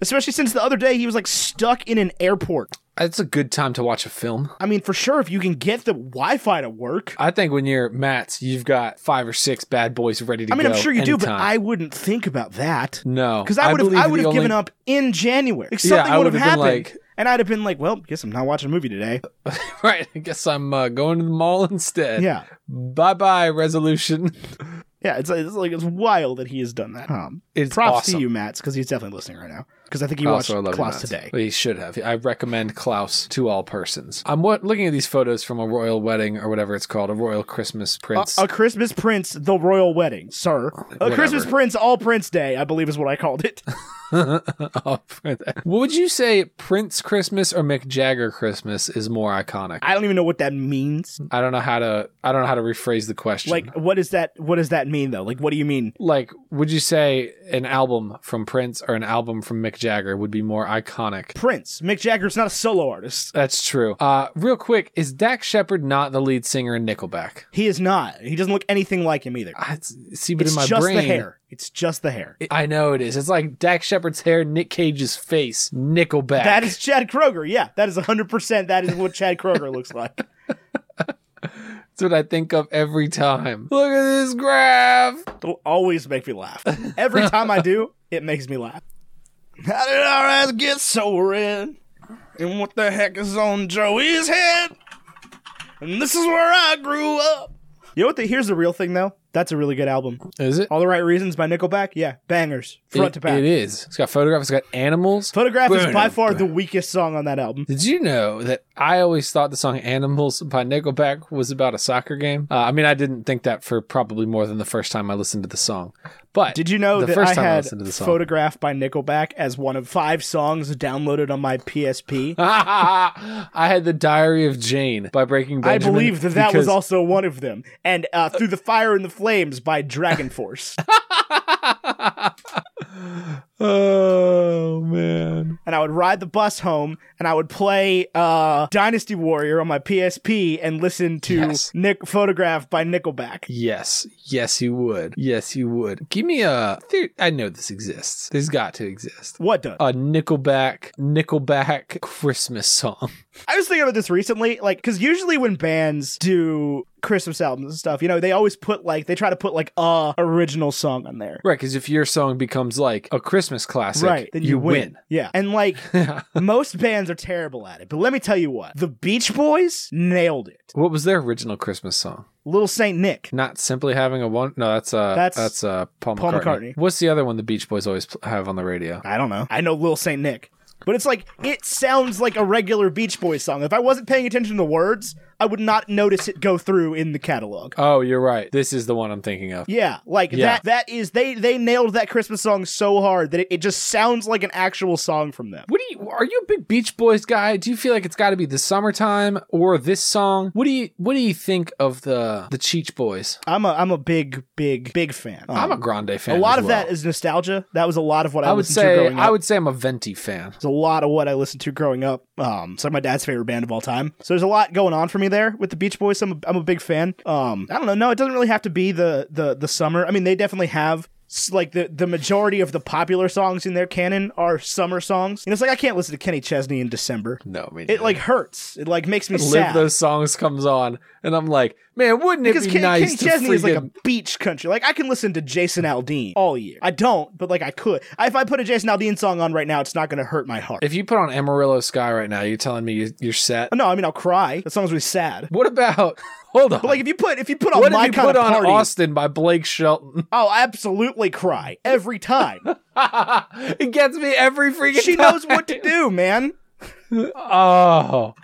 B: Especially since the other day he was like stuck in an airport.
A: It's a good time to watch a film.
B: I mean, for sure, if you can get the Wi-Fi to work.
A: I think when you're Matt's, you've got five or six bad boys ready to
B: I
A: go.
B: mean, I'm sure you do, but
A: anytime.
B: I wouldn't think about that.
A: No.
B: because I would have
A: believe
B: I would
A: the
B: have
A: only-
B: given up in January. Like,
A: Yeah,
B: something
A: I
B: would have
A: would've been
B: happened,
A: like-
B: and I'd have been like, "Well, guess I'm not watching a movie today."
A: Right. I guess I'm uh, going to the mall instead.
B: Yeah,
A: Bye bye, resolution.
B: yeah. It's, it's like it's wild that he has done that. Um,
A: It's
B: props
A: awesome.
B: to you, Matt's, because he's definitely listening right now. Because I think he
A: Also, I
B: watched
A: love
B: Klaus
A: you, Matt.
B: today.
A: He should have. I recommend Klaus to all persons. I'm what, looking at these photos from a royal wedding or whatever it's called, a royal Christmas prince.
B: A Christmas Prince, the royal wedding, sir. A
A: Whatever.
B: Christmas Prince, all Prince Day, I believe is what I called it.
A: Oh, Prince. what would you say, Prince Christmas or Mick Jagger Christmas is more iconic?
B: I don't even know what that means.
A: I don't know how to. I don't know how to rephrase the question.
B: Like, what is that? What does that mean though? Like, what do you mean?
A: like, would you say an album from Prince or an album from Mick Jagger would be more iconic.
B: Prince. Mick Jagger's not a solo artist.
A: That's true. Uh, real quick, is Dak Shepard not the lead singer in Nickelback?
B: He is not. He doesn't look anything like him either.
A: I it's- see, but
B: It's
A: in my
B: just
A: brain,
B: the hair. It's just the hair.
A: It- I know it is. It's like Dak Shepard's hair, Nick Cage's face, Nickelback.
B: That is Chad Kroger. Yeah, that is 100%. That is what Chad Kroger looks like.
A: That's what I think of every time. Look at this graph.
B: It'll always make me laugh. Every time I do, it makes me laugh. How did our eyes get so red? And what the heck is on Joey's head? And this is where I grew up. You know what? The, here's the real thing, though. That's a really good album.
A: Is it?
B: All the Right Reasons by Nickelback. Yeah, bangers, Oh, front
A: It-
B: to back.
A: It is. It's got photographs. It's got animals.
B: Photograph is
A: Burn
B: by
A: it,
B: far
A: burn.
B: the weakest song on that album.
A: Did you know that I always thought the song Animals by Nickelback was about a soccer game? Uh, I mean, I didn't think that for probably more than the first time I listened to the song. But
B: Did you know
A: the
B: that
A: first
B: I
A: time I
B: had
A: listened to the song?
B: Photograph by Nickelback as one of five songs downloaded on my PSP?
A: I had the Diary of Jane by Breaking
B: I
A: Benjamin.
B: believe that that was
A: because-
B: also one of them. And uh, Through the Fire and the Flames by Dragon Force.
A: oh man!
B: and I would ride the bus home and I would play uh, Dynasty Warrior on my PSP and listen to
A: Yes.
B: Nick Photograph by Nickelback.
A: Yes, yes, you would. Yes, you would. Give me a. There, I know this exists. There's got to exist.
B: What does?
A: A Nickelback, Nickelback Christmas song.
B: I was thinking about this recently, like, because usually when bands do Christmas albums and stuff, you know, they always put like, they try to put like a original song on there.
A: Right, because if your song becomes like a Christmas classic,
B: Right. Then you, win. Yeah. And like, most bands are terrible at it. But let me tell you what the Beach Boys nailed it.
A: what was their original Christmas song?
B: Little Saint Nick.
A: Not simply having a one. No, that's uh,
B: That's
A: that's, uh, Paul,
B: Paul
A: McCartney.
B: McCartney.
A: What's the other one the Beach Boys always pl- have on the radio?
B: I don't know. I know Lil Saint Nick. But it's like it sounds like a regular Beach Boys song. If I wasn't paying attention to the words, I would not notice it go through in the catalog.
A: Oh, you're right. This is the one I'm thinking of.
B: Yeah, like
A: Yeah.
B: that that is they they nailed that Christmas song so hard that it, it just sounds like an actual song from them.
A: What do you? Are you a big Beach Boys guy? Do you feel like it's got to be the summertime or this song? What do you? What do you think of the the Cheech Boys?
B: I'm a I'm a big big big fan. Um,
A: I'm a Grande fan.
B: a lot
A: as
B: of
A: well.
B: that is nostalgia. That was a lot of what I,
A: I would
B: listened to
A: say.
B: growing up.
A: I would say I'm a Venti fan.
B: It's a lot of what I listened to growing up. Um, it's like my dad's favorite band of all time. So there's a lot going on for me there with the Beach Boys. I'm a, I'm a big fan. Um, I don't know. No, it doesn't really have to be the the the summer. I mean, they definitely have s- like the the majority of the popular songs in their canon are summer songs. And it's like I can't listen to Kenny Chesney in December.
A: No, I mean
B: It like hurts. It like makes me
A: live
B: sad.
A: those songs comes on, and I'm like, man, wouldn't it
B: because
A: be
B: Kenny,
A: nice
B: Kenny Chesney
A: to
B: is like
A: freaking
B: a beach country. Like I can listen to Jason Aldean all year. I don't, but like I could. I, if I put a Jason Aldean song on right now, it's not going to hurt my heart.
A: If you put on Amarillo Sky right now, you're telling me you- you're set.
B: no, I mean I'll cry. That song's really sad.
A: What about? Hold on.
B: But like if you put if you put on
A: what
B: my
A: if you
B: kind
A: put
B: of
A: on
B: party,
A: Austin by Blake Shelton?
B: I'll absolutely cry every time.
A: it gets me every freaking.
B: she
A: time.
B: knows what to do, man.
A: Oh,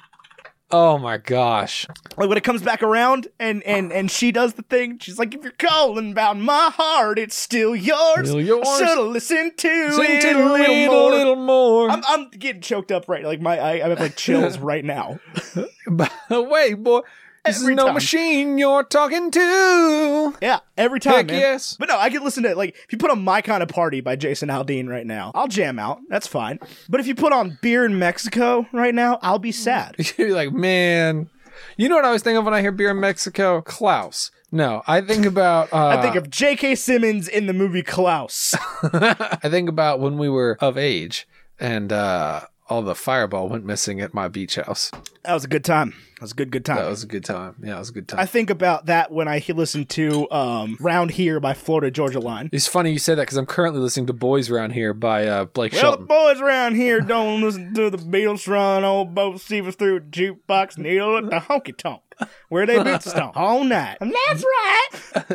A: oh my gosh.
B: Like when it comes back around and and and she does the thing, she's like, "If you're calling about my heart, it's still yours.
A: Still yours.
B: Should listen to
A: Sing
B: it
A: to
B: a little, more."
A: more.
B: I'm, I'm getting choked up right like my I, I have like chills right now.
A: By the way, boy, this
B: Every
A: is no
B: time.
A: machine you're talking to.
B: Yeah, every time.
A: Heck
B: man.
A: yes.
B: But no, I can listen to like if you put on My Kind of Party by Jason Aldean right now, I'll jam out. That's fine. But if you put on Beer in Mexico right now, I'll be sad.
A: You're like, man. You know what I always think of when I hear beer in Mexico? Klaus. No, I think about. Uh,
B: I think of J.K. Simmons in the movie Klaus.
A: I think about when we were of age and uh, all the fireball went missing at my beach house.
B: that was a good time. That was a good, good time.
A: That was a good time. Yeah, it was a good time.
B: I think about that when I he- listened to um, Round Here by Florida Georgia Line.
A: it's funny you say that because I'm currently listening to Boys Round Here by uh, Blake
B: Well, the
A: Shelton.
B: boys around here don't listen to the Beatles run old Bo Stevens through a jukebox needle at the honky tonk, where they boots stomp all night. And that's right.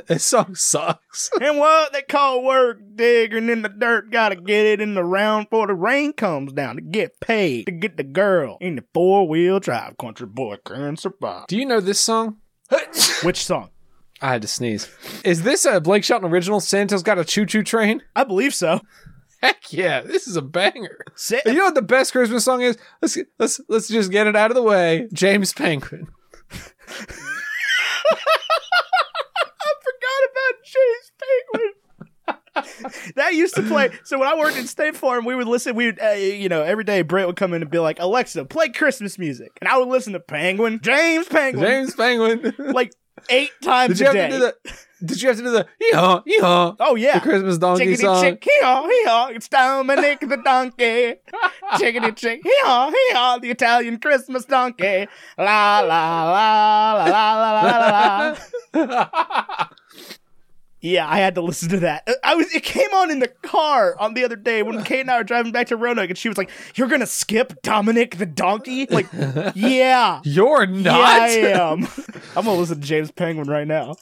A: this song sucks.
B: And what they call work, digging in the dirt, gotta get it in the round before the rain comes down to get paid, to get the girl in the four wheel drive. Country boy can survive.
A: Do you know this song?
B: Which song?
A: I had to sneeze. Is this a Blake Shelton original? Santa's got a choo choo train?
B: I believe so.
A: Heck yeah, this is a banger.
B: Sa-
A: You know what the best Christmas song is? Let's let's let's just get it out of the way. James Penguin.
B: I forgot about Chase Penguin. that used to play. So when I worked in State Farm, we would listen. We would, uh, you know, every day Brent would come in and be like, "Alexa, play Christmas music," and I would listen to Penguin, James Penguin,
A: James Penguin.
B: like eight times
A: Did you
B: a
A: have
B: day.
A: to do the? Did you have to do the? Yeehaw, yeehaw.
B: oh yeah,
A: The Christmas donkey
B: chickity
A: song.
B: chick, hee haw, hee haw. It's Dominic the donkey. chickity chick, hee haw, hee haw. The Italian Christmas donkey. La la la la la la la la. Yeah, I had to listen to that. Uh, I was it came on in the car on the other day when Kate and I were driving back to Roanoke, and she was like, "You're gonna skip Dominic the donkey?" Like, yeah,
A: You're
B: yeah,
A: not.
B: I am. I'm gonna listen to James Penguin right now.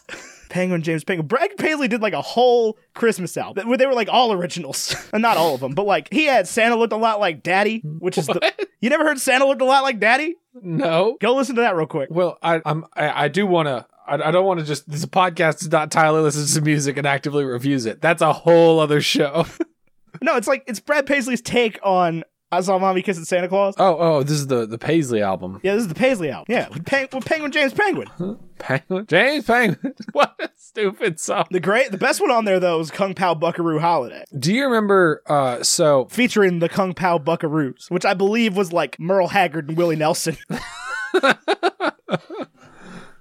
B: Penguin, James Penguin. Brad Paisley did like a whole Christmas album where they were like all originals, and not all of them, but like he had Santa looked a lot like Daddy, which is the you never heard Santa looked a lot like Daddy?
A: No.
B: Go listen to that real quick.
A: Well, I, I'm. I, I do want to. I, I don't want to just. This podcast is not Tyler listens to music and actively reviews it. That's a whole other show.
B: No, it's like it's Brad Paisley's take on I saw mommy kissing Santa Claus.
A: Oh, oh, this is the the Paisley album.
B: Yeah, this is the Paisley album. Yeah, with, Peng- with Penguin James Penguin.
A: Penguin, James Penguin. what a stupid song.
B: The great, the best one on there though was Kung Pao Buckaroo Holiday,
A: Do you remember? Uh, so
B: featuring the Kung Pao Buckaroos, which I believe was like Merle Haggard and Willie Nelson.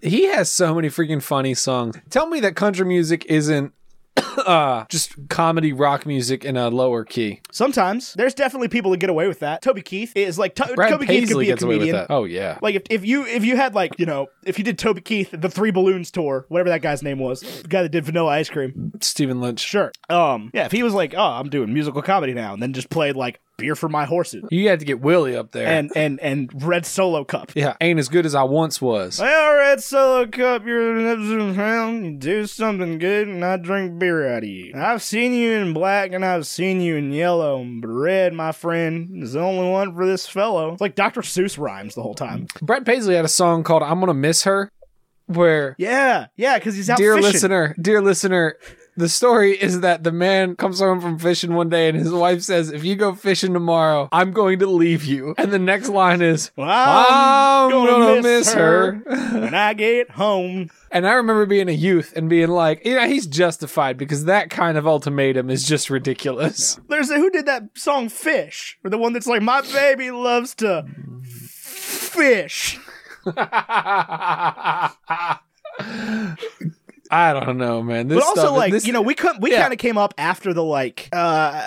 A: he has so many freaking funny songs. Tell me that country music isn't uh just comedy rock music in a lower key.
B: Sometimes there's definitely people that get away with that. Toby Keith is like to-
A: Brad
B: Toby Keith could
A: Paisley
B: be a
A: gets away with
B: comedian.
A: that. Oh yeah.
B: Like if, if you if you had like you know if you did Toby Keith the Three Balloons tour whatever that guy's name was the guy that did Vanilla Ice Cream
A: Stephen Lynch.
B: sure um yeah if he was like oh I'm doing musical comedy now and then just played like Beer for My Horses
A: You had to get Willie up there.
B: and and and Red Solo Cup
A: yeah, ain't as good as I once was.
B: Well, Red Solo Cup, you're an absolute clown. You do something good, and I drink beer out of you. I've seen you in black, and I've seen you in yellow, but red, my friend, is the only one for this fellow. It's like Dr. Seuss rhymes the whole time.
A: Brad Paisley had a song called "I'm Gonna Miss Her," where
B: Yeah, yeah, because he's out
A: dear
B: fishing.
A: listener, dear listener, the story is that the man comes home from fishing one day and his wife says, "If you go fishing tomorrow, I'm going to leave you." And the next line is,
B: Well,
A: "I'm gonna, miss her.
B: when I get home.
A: And I remember being a youth and being like, you know, he's justified because that kind of ultimatum is just ridiculous.
B: There's a, who did that song Fish? Or the one that's like, my baby loves to fish.
A: I don't know, man. This
B: But also,
A: stuff-
B: like
A: this-
B: you know, we come, we
A: yeah.
B: kind of came up after the like, uh,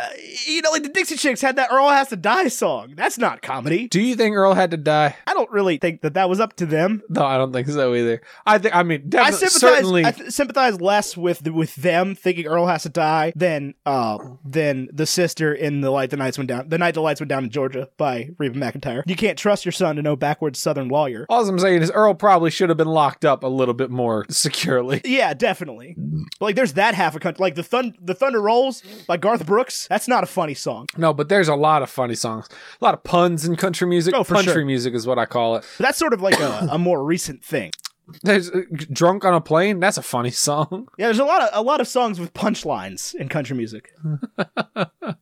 B: you know, like the Dixie Chicks had that "Earl Has to Die" song. That's not comedy.
A: do you think Earl had to die?
B: I don't really think that that was up to them.
A: No, I don't think so either. I think, I mean,
B: I
A: definitely,
B: sympathize.
A: certainly,
B: I th- sympathize less with the, with them thinking Earl has to die than uh than the sister in the light the nights went down the night the lights went down in Georgia by Reba McIntyre. You can't trust your son to know backwards Southern lawyer.
A: All I'm saying is Earl probably should have been locked up a little bit more securely.
B: Yeah, definitely. But, like, there's that half a country. Like the thun- the Thunder Rolls by Garth Brooks. That's not a funny song.
A: No, but there's a lot of funny songs, a lot of puns in country music.
B: Oh, for
A: country
B: sure.
A: music is what I call it.
B: But that's sort of like a, a more recent thing.
A: There's uh, drunk on a plane. That's a funny song.
B: Yeah, there's a lot of a lot of songs with punchlines in country music,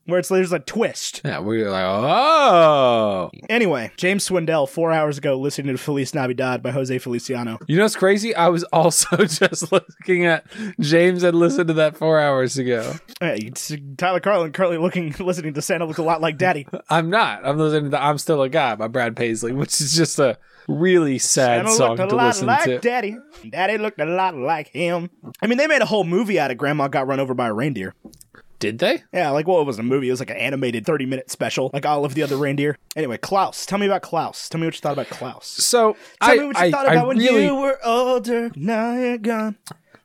B: where it's there's a twist.
A: Yeah, we were like, oh,
B: Anyway, James Swindell four hours ago listening to Feliz Navidad by Jose Feliciano.
A: you know what's crazy? I was also just looking at James had listened to that four hours ago.
B: Hey, it's Tyler Carlin currently looking listening to Santa look a lot like Daddy.
A: I'm not. I'm listening to the "I'm Still a Guy" by Brad Paisley, which is just a really sad
B: Santa
A: song
B: looked a
A: to
B: lot
A: listen
B: like
A: to.
B: Daddy. Daddy looked a lot like him. I mean, they made a whole movie out of Grandma got run over by a reindeer.
A: Did they?
B: Yeah, like well, it was a movie. It was like an animated thirty minute special, like all of the other reindeer. Anyway, Klaus, tell me about Klaus. Tell me what you thought about Klaus.
A: So
B: Tell
A: I,
B: me what you
A: I-
B: thought
A: I
B: about when
A: really,
B: you were older. Now you're gone.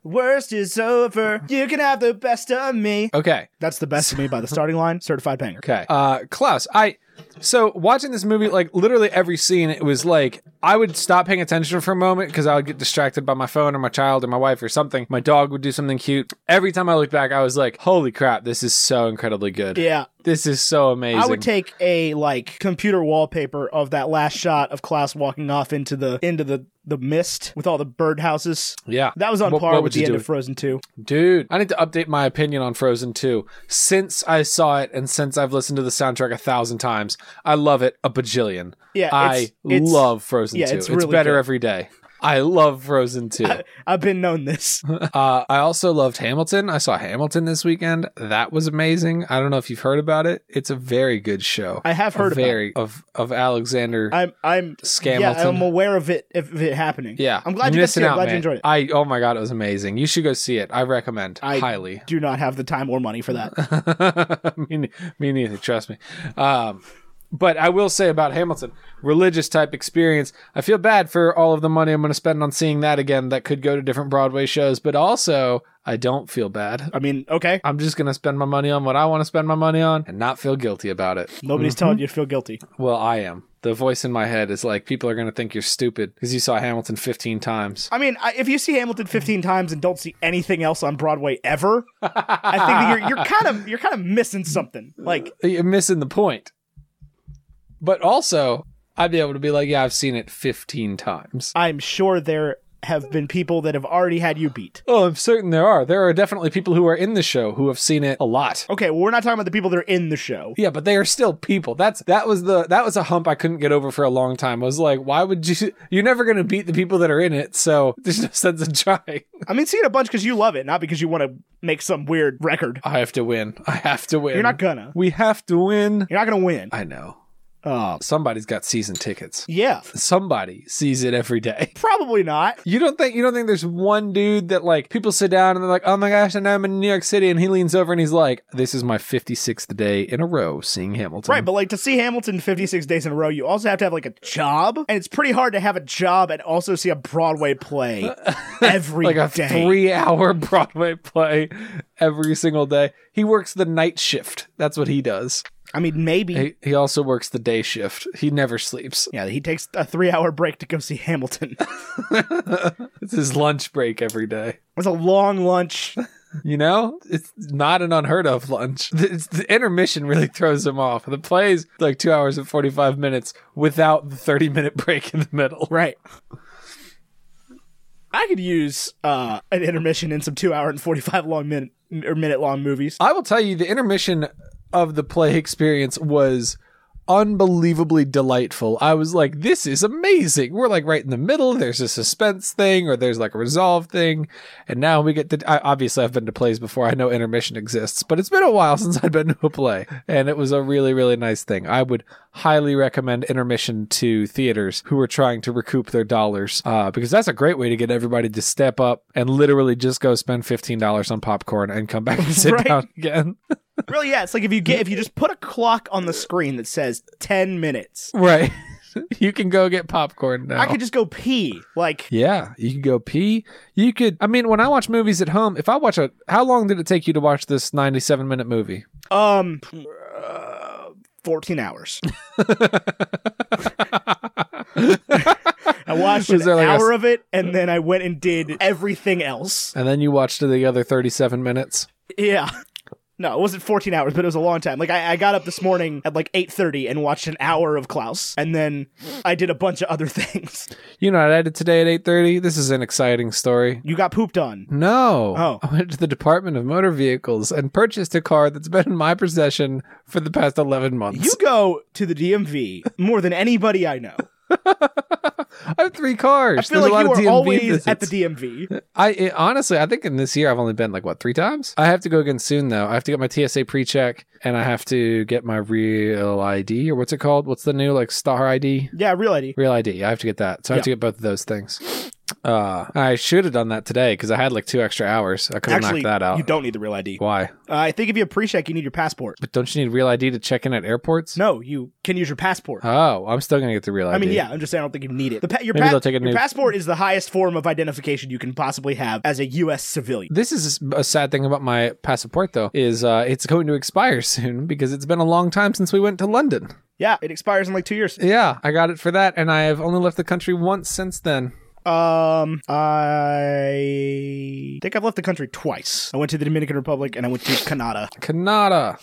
B: Worst is over. You can have the best of me.
A: Okay.
B: That's the best of me by the starting line. Certified banger.
A: Okay. Uh Klaus, I so watching this movie, like literally every scene, it was like I would stop paying attention for a moment because I would get distracted by my phone or my child or my wife or something. My dog would do something cute. Every time I looked back, I was like, holy crap, this is so incredibly good.
B: Yeah.
A: This is so amazing.
B: I would take a like computer wallpaper of that last shot of Klaus walking off into the into the the mist with all the birdhouses.
A: yeah.
B: That was on
A: What-
B: par
A: what would
B: with the
A: you
B: end
A: do?
B: of Frozen 2.
A: Dude, I need to update my opinion on Frozen 2. Since I saw it and since I've listened to the soundtrack a thousand times, I love it a bajillion.
B: Yeah,
A: I
B: it's- it's-
A: love Frozen
B: yeah,
A: 2.
B: it's
A: It's,
B: really
A: better
B: good.
A: every day. I love Frozen too.
B: I've been known this.
A: Uh, I also loved Hamilton. I saw Hamilton this weekend. That was amazing. I don't know if you've heard about it. It's a very good show.
B: I have heard
A: a very of of Alexander.
B: about it. I'm I'm yeah,
A: Scamilton.
B: I'm aware of it of it happening.
A: yeah,
B: I'm glad you
A: You're
B: got to see
A: missing
B: it.
A: out,
B: I'm glad you
A: man.
B: enjoyed it.
A: I oh my god, it was amazing. You should go see it. I recommend
B: I-
A: highly.
B: Do not have the time or money for that.
A: me, ne- me neither. Trust me. Um, but I will say about Hamilton, religious type experience. I feel bad for all of the money I'm going to spend on seeing that again. That could go to different Broadway shows, but also I don't feel bad.
B: I mean, okay.
A: I'm just going to spend my money on what I want to spend my money on and not feel guilty about it.
B: Nobody's telling you to feel guilty.
A: Well, I am. The voice in my head is like, people are going to think you're stupid because you saw Hamilton 15 times.
B: I mean, I, if you see Hamilton 15 times and don't see anything else on Broadway ever, I think that you're you're kind of you're kind of missing something. Like
A: You're missing the point. But also, I'd be able to be like, yeah, I've seen it 15 times.
B: I'm sure there have been people that have already had you beat.
A: Oh, I'm certain there are. There are definitely people who are in the show who have seen it a lot.
B: Okay, well, we're not talking about the people that are in the show.
A: Yeah, but they are still people. That's that was the that was a hump I couldn't get over for a long time. I was like, why would you you're never gonna beat the people that are in it, so there's no sense in trying.
B: I mean, see it a bunch because you love it, not because you want to make some weird record.
A: I have to win. I have to win.
B: You're not gonna.
A: We have to win.
B: You're not gonna win.
A: I know.
B: Uh,
A: Somebody's got season tickets.
B: yeah,
A: Somebody sees it every day.
B: probably not.
A: You don't think you don't think there's one dude that like people sit down and they're like, oh my gosh, and I'm in New York City, and he leans over and he's like, this is my 56th day in a row seeing Hamilton.
B: Right, but like to see Hamilton 56 days in a row, you also have to have like a job, and it's pretty hard to have a job and also see a Broadway play every day.
A: like a three-hour Broadway play every single day. He works the night shift. That's what he does.
B: I mean, maybe.
A: He, he also works the day shift. He never sleeps.
B: Yeah, he takes a three-hour break to go see Hamilton.
A: It's his lunch break every day.
B: It's a long lunch.
A: You know, it's not an unheard of lunch. The, it's- the intermission really throws him off. The play's like two hours and forty-five minutes without the thirty-minute break in the middle.
B: Right. I could use uh, an intermission in some two-hour and forty-five long minute or minute-long movies.
A: I will tell you, the intermission of the play experience was unbelievably delightful. I was like, this is amazing. We're like right in the middle. There's a suspense thing or there's like a resolve thing. And now we get to, I, obviously, I've been to plays before. I know intermission exists, but it's been a while since I'd been to a play. And it was a really, really nice thing. I would highly recommend intermission to theaters who are trying to recoup their dollars uh, because that's a great way to get everybody to step up and literally just go spend $15 on popcorn and come back and sit
B: Right.
A: down again.
B: Really, yeah. It's like if you get if you just put a clock on the screen that says ten minutes,
A: Right. you can go get popcorn now.
B: I could just go pee. Like
A: yeah, you could go pee. You could. I mean, when I watch movies at home, if I watch a, how long did it take you to watch this ninety-seven minute movie?
B: um, uh, fourteen hours. I
A: Was
B: watched an
A: there like a
B: hour of it, and then I went and did everything else.
A: And then you watched the other thirty-seven minutes.
B: Yeah. No, it wasn't 14 hours, but it was a long time. Like I, I got up this morning at like 8:30 and watched an hour of Klaus, and then I did a bunch of other things.
A: You know, what I did today at eight thirty. This is an exciting story.
B: You got pooped on.
A: No.
B: Oh.
A: I went to the Department of Motor Vehicles and purchased a car that's been in my possession for the past 11 months.
B: You go to the DMV more than anybody I know.
A: I have three cars.
B: I feel
A: There's a
B: like
A: lot
B: you
A: of
B: are
A: DMV
B: always
A: visits.
B: at the DMV.
A: I it, honestly, I think in this year I've only been like what three times. I have to go again soon though. I have to get my TSA pre-check and I have to get my real ID or what's it called? What's the new like star ID?
B: Yeah, real ID.
A: Real ID. I have to get that. So I have to get both of those things. Uh, I should have done that today because I had like two extra hours. I could have
B: Actually,
A: knocked that out.
B: you don't need the real ID. Uh,
A: Why?
B: I think if you have pre-check, you need your passport.
A: But don't you need real ID to check in at airports?
B: No, you can use your passport.
A: Oh, I'm still gonna get the real ID.
B: I mean, yeah, I'm just saying I don't think you need it. The pa- your
A: Maybe
B: pa-
A: they'll take a
B: your
A: new-
B: passport is the highest form of identification you can possibly have as a U.S. civilian.
A: This is a sad thing about my passport though. Is uh, it's going to expire soon because it's been a long time since we went to London.
B: Yeah, it expires in like two years.
A: Yeah, I got it for that, and I have only left the country once since then.
B: Um, I think I've left the country twice. I went to the Dominican Republic and I went to Canada.
A: Kanata.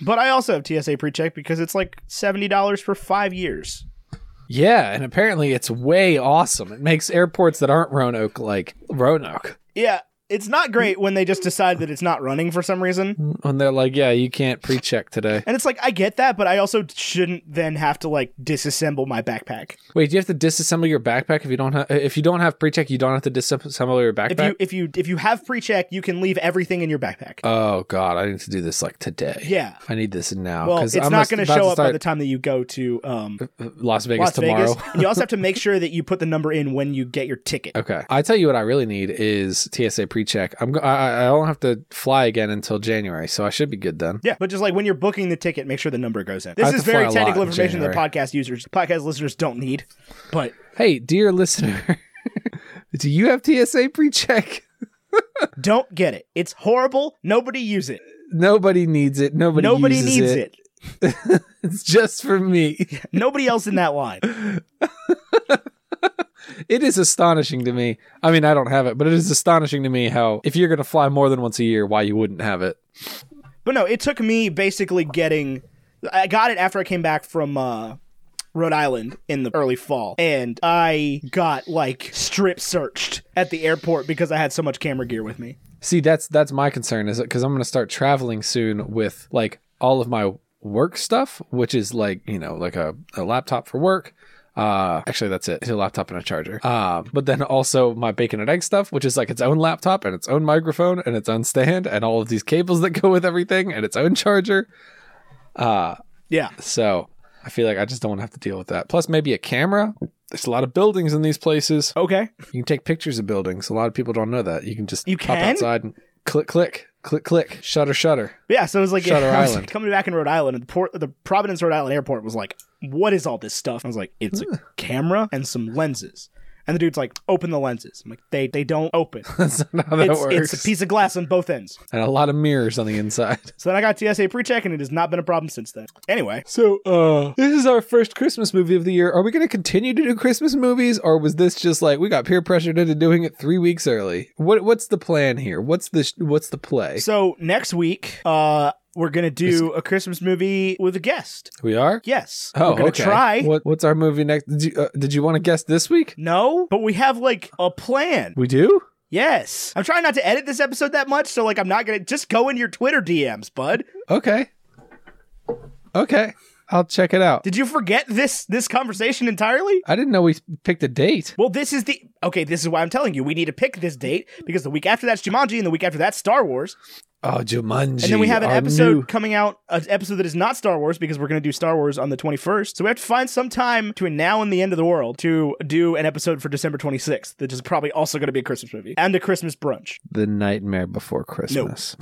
B: But I also have TSA pre-check because it's like seventy dollars for five years.
A: Yeah, and apparently it's way awesome. It makes airports that aren't Roanoke like Roanoke.
B: Yeah, It's not great when they just decide that it's not running for some reason.
A: When they're like, yeah, you can't pre check today.
B: And it's like, I get that, but I also shouldn't then have to like disassemble my backpack.
A: Wait, do you have to disassemble your backpack if you don't have if you don't have pre check? You don't have to disassemble your
B: If
A: backpack.
B: you if you if you have pre-check, you can leave everything in your backpack.
A: oh god, I need to do this like today.
B: yeah.
A: I need this now.
B: Well,
A: 'cause
B: it's
A: I'm
B: not going to
A: about
B: show up by the
A: start
B: time that you go to um,
A: Las Vegas
B: Las
A: tomorrow.
B: Vegas. And you also have to make sure that you put the number in when you get your ticket.
A: Okay. I tell you what I really need is TSA pre-check. I'm go- I, I- I don't have to fly again until January, so I should be good then.
B: Yeah, but just like when you're booking the ticket, make sure the number goes in. This
A: have
B: is
A: to
B: very
A: fly a lot
B: technical
A: in
B: information that podcast users, podcast listeners don't need. But
A: Hey, dear listener, do you have TSA pre-check?
B: don't get it. It's horrible. Nobody use it.
A: Nobody needs it. Nobody
B: Nobody
A: uses
B: needs
A: it.
B: it.
A: It's just for me.
B: Nobody else in that line.
A: It is astonishing to me. I mean, I don't have it, but it is astonishing to me how if you're going to fly more than once a year, why you wouldn't have it.
B: But no, it took me basically getting. I got it after I came back from uh, Rhode Island in the early fall, and I got like strip searched at the airport because I had so much camera gear with me.
A: See, that's that's my concern is because I'm going to start traveling soon with like all of my work stuff, which is like you know like a, a laptop for work. Uh, actually, that's it. It's a laptop and a charger. Uh, but then also my bacon and egg stuff, which is like its own laptop and its own microphone and its own stand and all of these cables that go with everything and its own charger.
B: Yeah,
A: So I feel like I just don't want to have to deal with that. Plus, maybe a camera. There's a lot of buildings in these places.
B: okay.
A: You can take pictures of buildings. A lot of people don't know that. You can just
B: You
A: pop
B: can?
A: outside and click, click, click, click, shutter, shutter.
B: Yeah, so it was like
A: Shutter
B: I was
A: Island.
B: coming back in Rhode Island, and the, port, the Providence, Rhode Island airport was like, "What is all this stuff?" And I was like, "It's a camera and some lenses." And the dude's like, "Open the lenses." I'm like, "They they don't open.
A: That's not how that
B: It's,
A: works.
B: it's a piece of glass on both ends."
A: and a lot of mirrors on the inside.
B: So then I got TSA pre-check, and it has not been a problem since then. Anyway,
A: So, uh, this is our first Christmas movie of the year. Are we going to continue to do Christmas movies, or was this just like we got peer pressured into doing it three weeks early? What What's the plan here? What's the sh- What's the play?
B: So next week, uh, we're gonna do a Christmas movie with a guest.
A: we are.
B: Yes,
A: Oh,
B: we're gonna
A: okay.
B: try.
A: What, what's our movie next? Did you, uh, did you want to guess this week?
B: No, but we have like a plan.
A: We do.
B: Yes, I'm trying not to edit this episode that much, so like I'm not gonna just go in your Twitter DMs, bud.
A: Okay. Okay. I'll check it out.
B: Did you forget this this conversation entirely?
A: I didn't know we picked a date.
B: Well, this is the okay. This is why I'm telling you we need to pick this date because the week after that's Jumanji and the week after that's Star Wars,
A: Oh, Jumanji.
B: and then we have an
A: our
B: episode
A: new-
B: coming out, an episode that is not Star Wars because we're going to do Star Wars on the 21st. So we have to find some time between now and the end of the world to do an episode for December 26th, that is probably also going to be a Christmas movie and a Christmas brunch.
A: The Nightmare Before Christmas.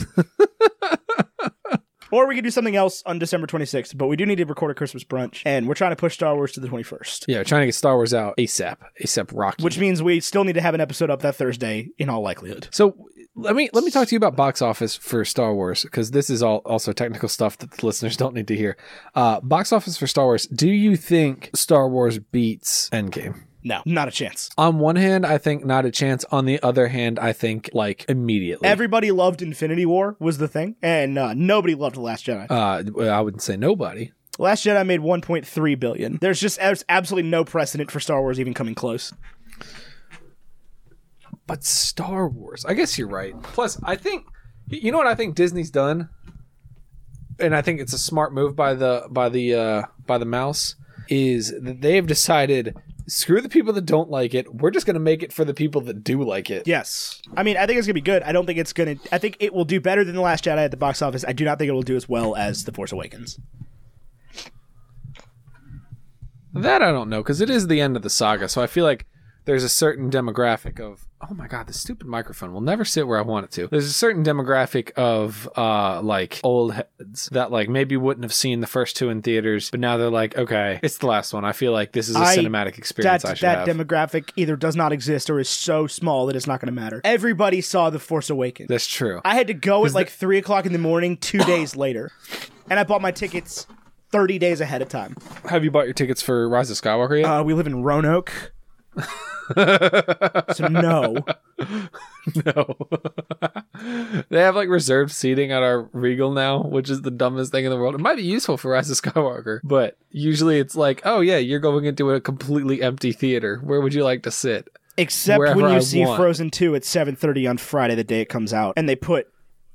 B: Or we could do something else on December 26th, but we do need to record a Christmas brunch, and we're trying to push Star Wars to the 21st,
A: Yeah, we're trying to get Star Wars out ASAP. ASAP Rocky.
B: which means we still need to have an episode up that Thursday in all likelihood.
A: so let me let me talk to you about box office for Star Wars because this is all also technical stuff that the listeners don't need to hear. Uh, box office for Star Wars. Do you think Star Wars beats Endgame?
B: No, not a chance.
A: On one hand, I think not a chance. On the other hand, I think like immediately.
B: Everybody loved Infinity War was the thing, and uh, nobody loved The Last Jedi.
A: uh, I wouldn't say nobody.
B: Last Jedi made 1.3 billion. There's just there's absolutely no precedent for Star Wars even coming close.
A: but Star Wars. I guess you're right. Plus, I think you know what I think Disney's done, and I think it's a smart move by the by the uh, by the mouse is that they have decided screw the people that don't like it. We're just going to make it for the people that do like it.
B: Yes. I mean, I think it's going to be good. I don't think it's going to I think it will do better than The Last Jedi at the box office. I do not think it will do as well as The Force Awakens.
A: That I don't know because it is the end of the saga, so I feel like. There's a certain demographic of oh my god, this stupid microphone will never sit where I want it to. There's a certain demographic of uh like old heads that like maybe wouldn't have seen the first two in theaters, but now they're like, okay, it's the last one. I feel like this is a
B: I-
A: cinematic experience
B: That
A: I should
B: that
A: have.
B: demographic either does not exist or is so small that it's not going to matter. Everybody saw The Force Awakens.
A: That's true.
B: I had to go at like three o'clock in the morning two days later, and I bought my tickets thirty days ahead of time.
A: have you bought your tickets for Rise of Skywalker yet?
B: Uh, we live in Roanoke. so no.
A: they have like reserved seating at our Regal now, which is the dumbest thing in the world. It might be useful for Rise of Skywalker, but usually it's like, oh yeah, you're going into a completely empty theater. Where would you like to sit?
B: Except
A: wherever
B: when you
A: I
B: see
A: want.
B: Frozen 2 at 7:30 on Friday the day it comes out and they put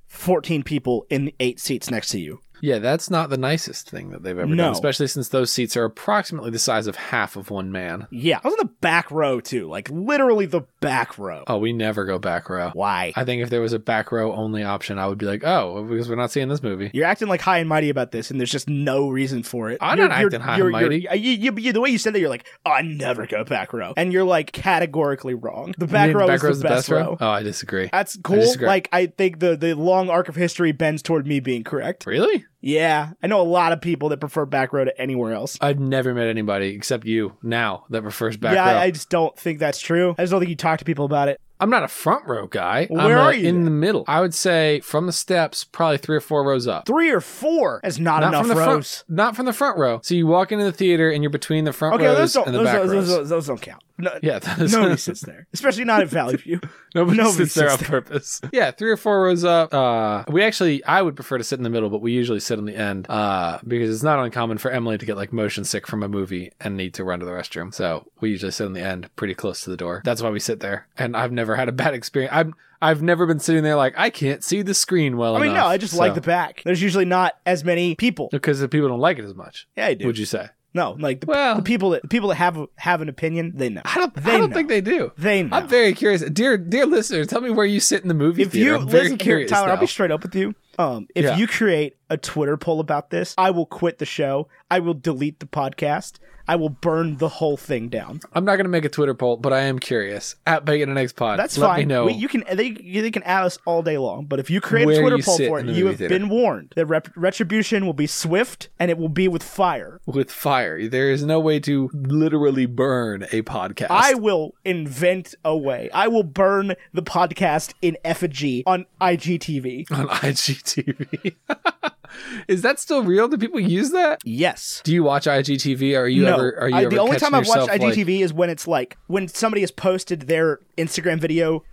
B: 14 people in the 8 seats next to you.
A: Yeah, that's not the nicest thing that they've ever
B: No.
A: done, especially since those seats are approximately the size of half of one man.
B: Yeah, I was in the back row too, like literally the back row.
A: Oh, we never go back row.
B: Why?
A: I think if there was a back row only option, I would be like, oh, because we're not seeing this movie.
B: You're acting like high and mighty about this, and there's just no reason for it.
A: I'm
B: You're-
A: not
B: you're-
A: acting high
B: you're-
A: and
B: you're- you- you- you- the way you said that, you're like, "Oh, I never go back row, and you're like categorically wrong. The back
A: You mean
B: row
A: back
B: is the
A: row's
B: best, row.
A: Oh, I disagree.
B: That's cool.
A: disagree.
B: like I think the the long arc of history bends toward me being correct.
A: Really?
B: Yeah, I know a lot of people that prefer back row to anywhere else.
A: I've never met anybody except you now that prefers back
B: yeah,
A: row.
B: I, I just don't think that's true. I just don't think you talk to people about it.
A: I'm not a front row guy.
B: Well,
A: I'm
B: where
A: uh,
B: are you
A: in
B: then?
A: the middle. I would say from the steps, probably three or four rows up.
B: Three or four is not,
A: not
B: enough
A: from the
B: rows.
A: front. Not from the front row. So you walk into the theater and you're between the front
B: okay, those
A: rows
B: don't
A: and the
B: those,
A: back
B: those,
A: rows.
B: those- those don't count. No,
A: yeah, those,
B: nobody sits there, especially not at Valley View.
A: Nobody,
B: Nobody
A: sits there
B: sits
A: on purpose. Yeah, three or four rows up. Uh, we actually, I would prefer to sit in the middle, but we usually sit on the end uh, because it's not uncommon for Emily to get like motion sick from a movie and need to run to the restroom. So we usually sit on the end, pretty close to the door. That's why we sit there. And I've never had a bad experience. I'm, I've never been sitting there like I can't see the screen well
B: I mean,
A: enough.
B: no, I just like the
A: So-
B: back. There's usually not as many people.
A: because the people don't like it as much.
B: Yeah, I do.
A: Would you say?
B: no, like the,
A: Well-
B: the people that the people that have have an opinion, they know.
A: I don't.
B: They
A: I don't
B: know.
A: think they do.
B: They know.
A: I'm very curious, dear dear listener. Tell me where you sit in the movie
B: if
A: theater.
B: you
A: I'm very
B: listen, here,
A: curious
B: Tyler, I'll
A: now.
B: be straight up with you. Um, if
A: Yeah.
B: you create a Twitter poll about this, I will quit the show. I will delete the podcast. I will burn the whole thing down.
A: I'm not going to make a Twitter poll, but I am curious. At Bacon and Eggs Pod.
B: That's
A: Let
B: fine.
A: me know.
B: We- you can they, they can add us all day long, but if you create
A: Where
B: a Twitter
A: you
B: poll
A: sit
B: for
A: in
B: it,
A: the
B: you have
A: movie theater.
B: been warned that rep- retribution will be swift and it will be with fire.
A: With fire. There is no way to literally burn a podcast.
B: I will invent a way. I will burn the podcast in effigy on IGTV.
A: on IGTV. is that still real? Do people use that?
B: Yes.
A: Do you watch IGTV? Or are you
B: no.
A: ever? Are you
B: I-
A: ever
B: the only
A: catching
B: time I've watched
A: yourself, like-
B: IGTV is when it's like when somebody has posted their Instagram video,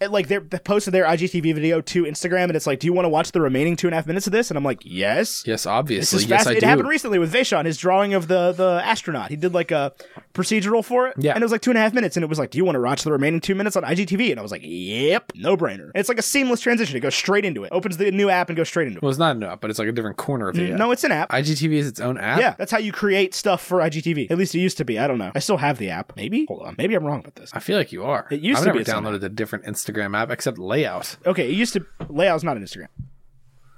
B: eh, like they're they posted their IGTV video to Instagram, and it's like, do you want to watch the remaining two and a half minutes of this? And I'm like, yes.
A: yes,
B: This
A: obviously.
B: is
A: yes,
B: fascinating.
A: I
B: it
A: do.
B: happened recently with Vaishon, his drawing of the the astronaut. He did like a procedural for it,
A: Yeah.
B: and it was like two and a half minutes, and it was like, "Do you want to watch the remaining two minutes on IGTV?" And I was like, "Yep, no brainer." And it's like a seamless transition. It goes straight into it. Opens the new app and goes straight into it.
A: well, it's not an app, but it's like a different corner of the app.
B: No, it's an app.
A: IGTV is its own app.
B: yeah, that's how you create stuff for IGTV. At least it used to be. I don't know. I still have the app. Maybe. Hold on. Maybe I'm wrong about this.
A: I feel like you are.
B: It used
A: I've
B: to be
A: never
B: its own
A: downloaded a different Instagram app except Layout.
B: Okay, it used to. Layout's not an Instagram.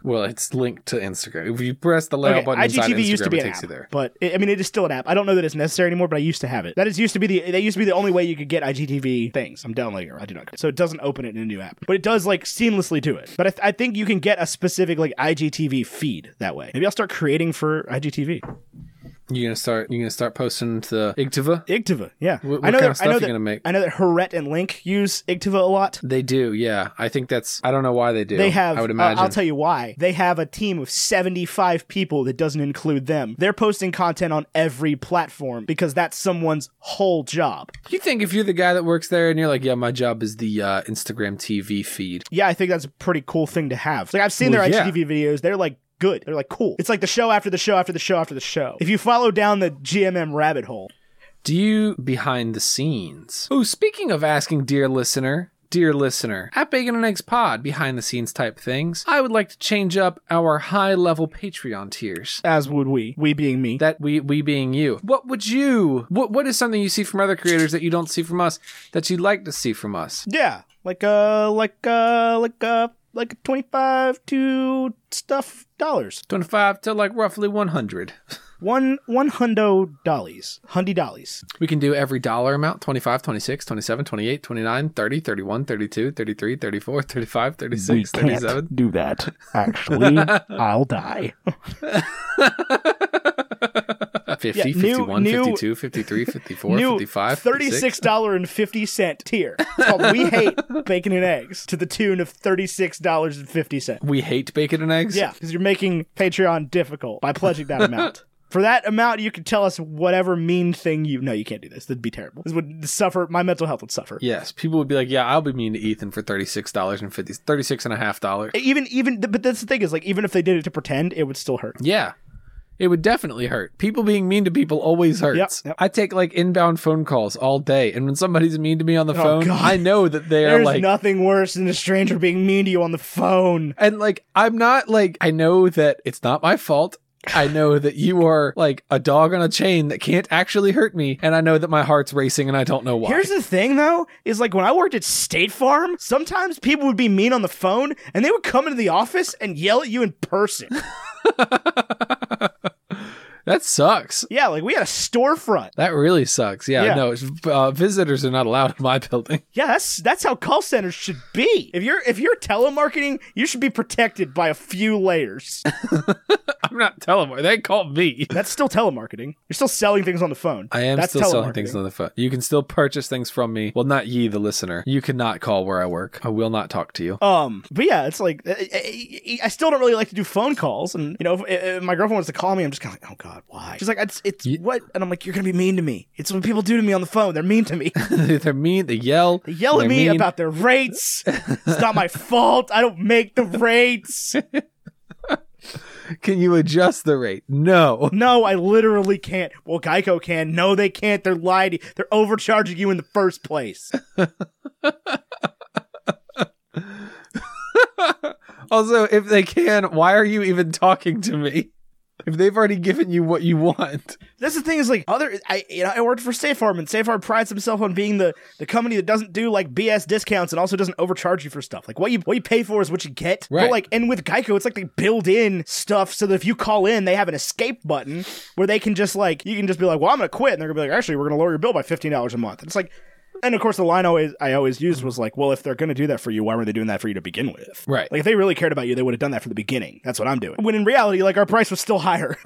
A: Well, it's linked to Instagram. If you press the Layout
B: Okay,
A: button inside
B: IGTV
A: Instagram,
B: used to be
A: it
B: an
A: takes
B: app,
A: you there.
B: but it, I mean, it is still an app. I don't know that it's necessary anymore, but I used to have it. That is used to be the that used to be the only way you could get IGTV things. I'm downloading it. I do not. So it doesn't open it in a new app, but it does like seamlessly do it. But I, th- I think you can get a specific like IGTV feed that way. Maybe I'll start creating for IGTV.
A: You gonna start? You gonna start posting to the Igtiva?
B: Igtiva, yeah.
A: What- what
B: I know
A: kind
B: that,
A: of stuff
B: I know
A: you
B: that,
A: gonna make?
B: I know that Heret and Link use Igtiva a lot.
A: They do, yeah. I think that's. I don't know why they do.
B: They have.
A: I would
B: uh,
A: imagine.
B: I'll tell you why. They have a team of seventy-five people that doesn't include them. They're posting content on every platform because that's someone's whole job.
A: you think if you're the guy that works there and you're like, yeah, my job is the uh, Instagram TV feed.
B: Yeah, I think that's a pretty cool thing to have. Like I've seen
A: Well,
B: their
A: yeah.
B: IGTV videos. They're like good. They're like cool. It's like the show after the show after the show after the show. If you follow down the GMM rabbit hole,
A: Do you behind the scenes? Oh, speaking of asking, dear listener. Dear listener, at Bacon and Eggs Pod, behind the scenes type things, I would like to change up our high level Patreon tiers.
B: as would we, we being me.
A: that we we being you what would you what what is something you see from other creators that you don't see from us that you'd like to see from us
B: yeah, like uh, like uh, like uh, like twenty-five to stuff dollars.
A: 25 to like roughly 100
B: One one hundo dollies, hundy dollies.
A: we can do every dollar amount 25 26 27 28 29 30 31 32 33 34 35 36 37
B: do that. Actually, I'll die.
A: 50
B: Yeah, new-
A: 51
B: new-
A: 52 53 54
B: New
A: 55
B: thirty-six dollar and fifty cent tier. It's called "We Hate Bacon and Eggs" to the tune of thirty-six dollars and fifty cent.
A: we hate bacon and eggs
B: Yeah, because you're making Patreon difficult by pledging that amount. For that amount, you can tell us whatever mean thing you. No, you can't do this. That'd be terrible. This would suffer. My mental health would suffer.
A: yes people would be like yeah i'll be mean to ethan for 36 dollars and 50 36 and a half dollars
B: Even even, but that's the thing is like even if they did it to pretend, it would still hurt.
A: yeah It would definitely hurt. People being mean to people always hurts.
B: yep.
A: I take like inbound phone calls all day, and when somebody's mean to me on the phone,
B: Oh, God.
A: I know that they are
B: There's
A: like
B: nothing worse than a stranger being mean to you on the phone.
A: And like, I'm not like, I know that it's not my fault. I know that you are like a dog on a chain that can't actually hurt me. And I know that my heart's racing and I don't know why.
B: Here's the thing though, is like when I worked at State Farm, sometimes people would be mean on the phone and they would come into the office and yell at you in person.
A: that sucks.
B: yeah, like we had a storefront.
A: That really sucks. Yeah,
B: Yeah.
A: no, it's- uh, visitors are not allowed in my building.
B: Yeah, that's that's how call centers should be. If you're if you're telemarketing, you should be protected by a few layers.
A: I'm not telling why they called me.
B: that's still telemarketing. You're still selling things on the phone.
A: I am
B: that's
A: still selling
B: telemarketing.
A: things on the phone. You can still purchase things from me. Well, not ye, the listener. You cannot call where I work. I will not talk to you.
B: Um, but yeah, it's like I- I, I still don't really like to do phone calls, and you know, if, if my girlfriend wants to call me, I'm just kind of like, oh god, why? She's like, it's it's
A: You-
B: what, and I'm like, you're gonna be mean to me. It's what people do to me on the phone. They're mean to me.
A: They're mean. They yell.
B: They yell at
A: They're
B: me
A: mean.
B: about their rates. it's not my fault. I don't make the rates.
A: Can you adjust the rate? No.
B: No, I literally can't. Well, Geico can. No, they can't. They're lying. to- They're overcharging you in the first place.
A: also, if they can, why are you even talking to me? If they've already given you what you want,
B: That's the thing is like other. I you know I worked for State Farm and State Farm prides himself on being the the company that doesn't do like BS discounts and also doesn't overcharge you for stuff. Like what you what you pay for is what you get. But
A: Right.
B: like and with Geico, it's like they build in stuff so that if you call in, they have an escape button where they can just like you can just be like, well, I'm gonna quit, and they're gonna be like, actually, we're gonna lower your bill by fifteen dollars a month. And it's like. And of course, the line always I always used was like, "Well, if they're going to do that for you, why were they doing that for you to begin with?"
A: Right.
B: Like, if they really cared about you, they would have done that from the beginning. That's what I'm doing. When in reality, like our price was still higher.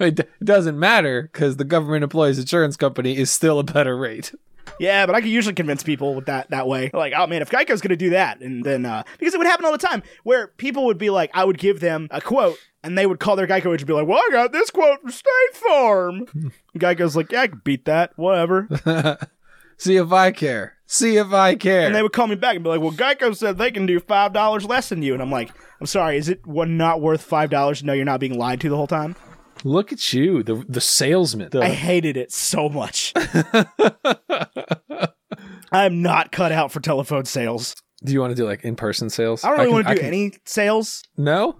A: it d- doesn't matter because the government employees insurance company is still a better rate.
B: Yeah, but I could usually convince people with that that way. Like, oh man, if Geico's gonna do that, and then uh, because it would happen all the time, where people would be like, I would give them a quote, and they would call their Geico agent and be like, Well, I got this quote from State Farm. Geico's like, Yeah, I can beat that, whatever.
A: See if I care. See if I care.
B: and they would call me back and be like, Well, Geico said they can do five dollars less than you, and I'm like, I'm sorry, is it one not worth five dollars? No, you're not being lied to the whole time.
A: Look at you, the the salesman. The-
B: I hated it so much. I'm not cut out for telephone sales.
A: do you want to do like in person sales?
B: I don't really
A: can-
B: want to do
A: can-
B: any sales.
A: No.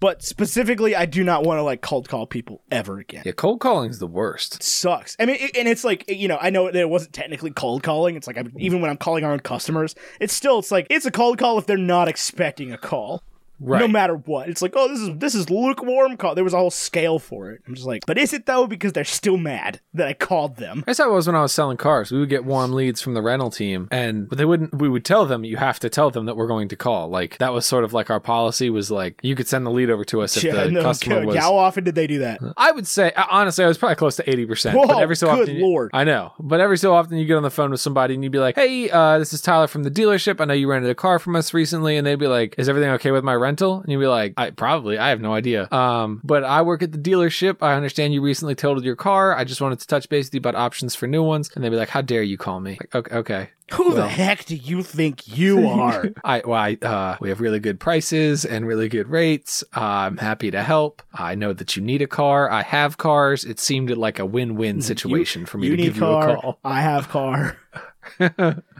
B: But specifically, I do not want to like cold call people ever again.
A: Yeah, cold calling's the worst.
B: It sucks. I mean, it, and it's like you know, I know that it wasn't technically cold calling. It's like I'm, even when I'm calling our own customers, it's still it's like it's a cold call if they're not expecting a call.
A: Right.
B: No matter what, it's like oh, this is this is lukewarm call. There was a whole scale for it. I'm just like, but is it though? Because they're still mad that I called them.
A: That's how it was when I was selling cars. We would get warm leads from the rental team, and but they wouldn't. We would tell them you have to tell them that we're going to call. Like that was sort of like our policy was like you could send the lead over to us if
B: Yeah,
A: the
B: no,
A: customer
B: good.
A: was.
B: how often did they do that?
A: I would say uh, honestly, I was probably close to eighty percent. But
B: Whoa,
A: every so
B: good
A: often, you-
B: lord.
A: I know. But every so often, you get on the phone with somebody and you'd be like, "Hey, uh, this is Tyler from the dealership. I know you rented a car from us recently," and they'd be like, "Is everything okay with my rental?" And you'd be like, I, "Probably. I have no idea. Um, but I work at the dealership. I understand you recently totaled your car. I just wanted to touch base with you about options for new ones." And they'd be like, "How dare you call me?" Like, okay, okay.
B: Who the heck do you think you are?
A: I, well, I uh, we have really good prices and really good rates. Uh, I'm happy to help. I know that you need a car. I have cars. It seemed like a win-win situation for me
B: Mm, you
A: to
B: need
A: give you a
B: car.
A: call.
B: I have car.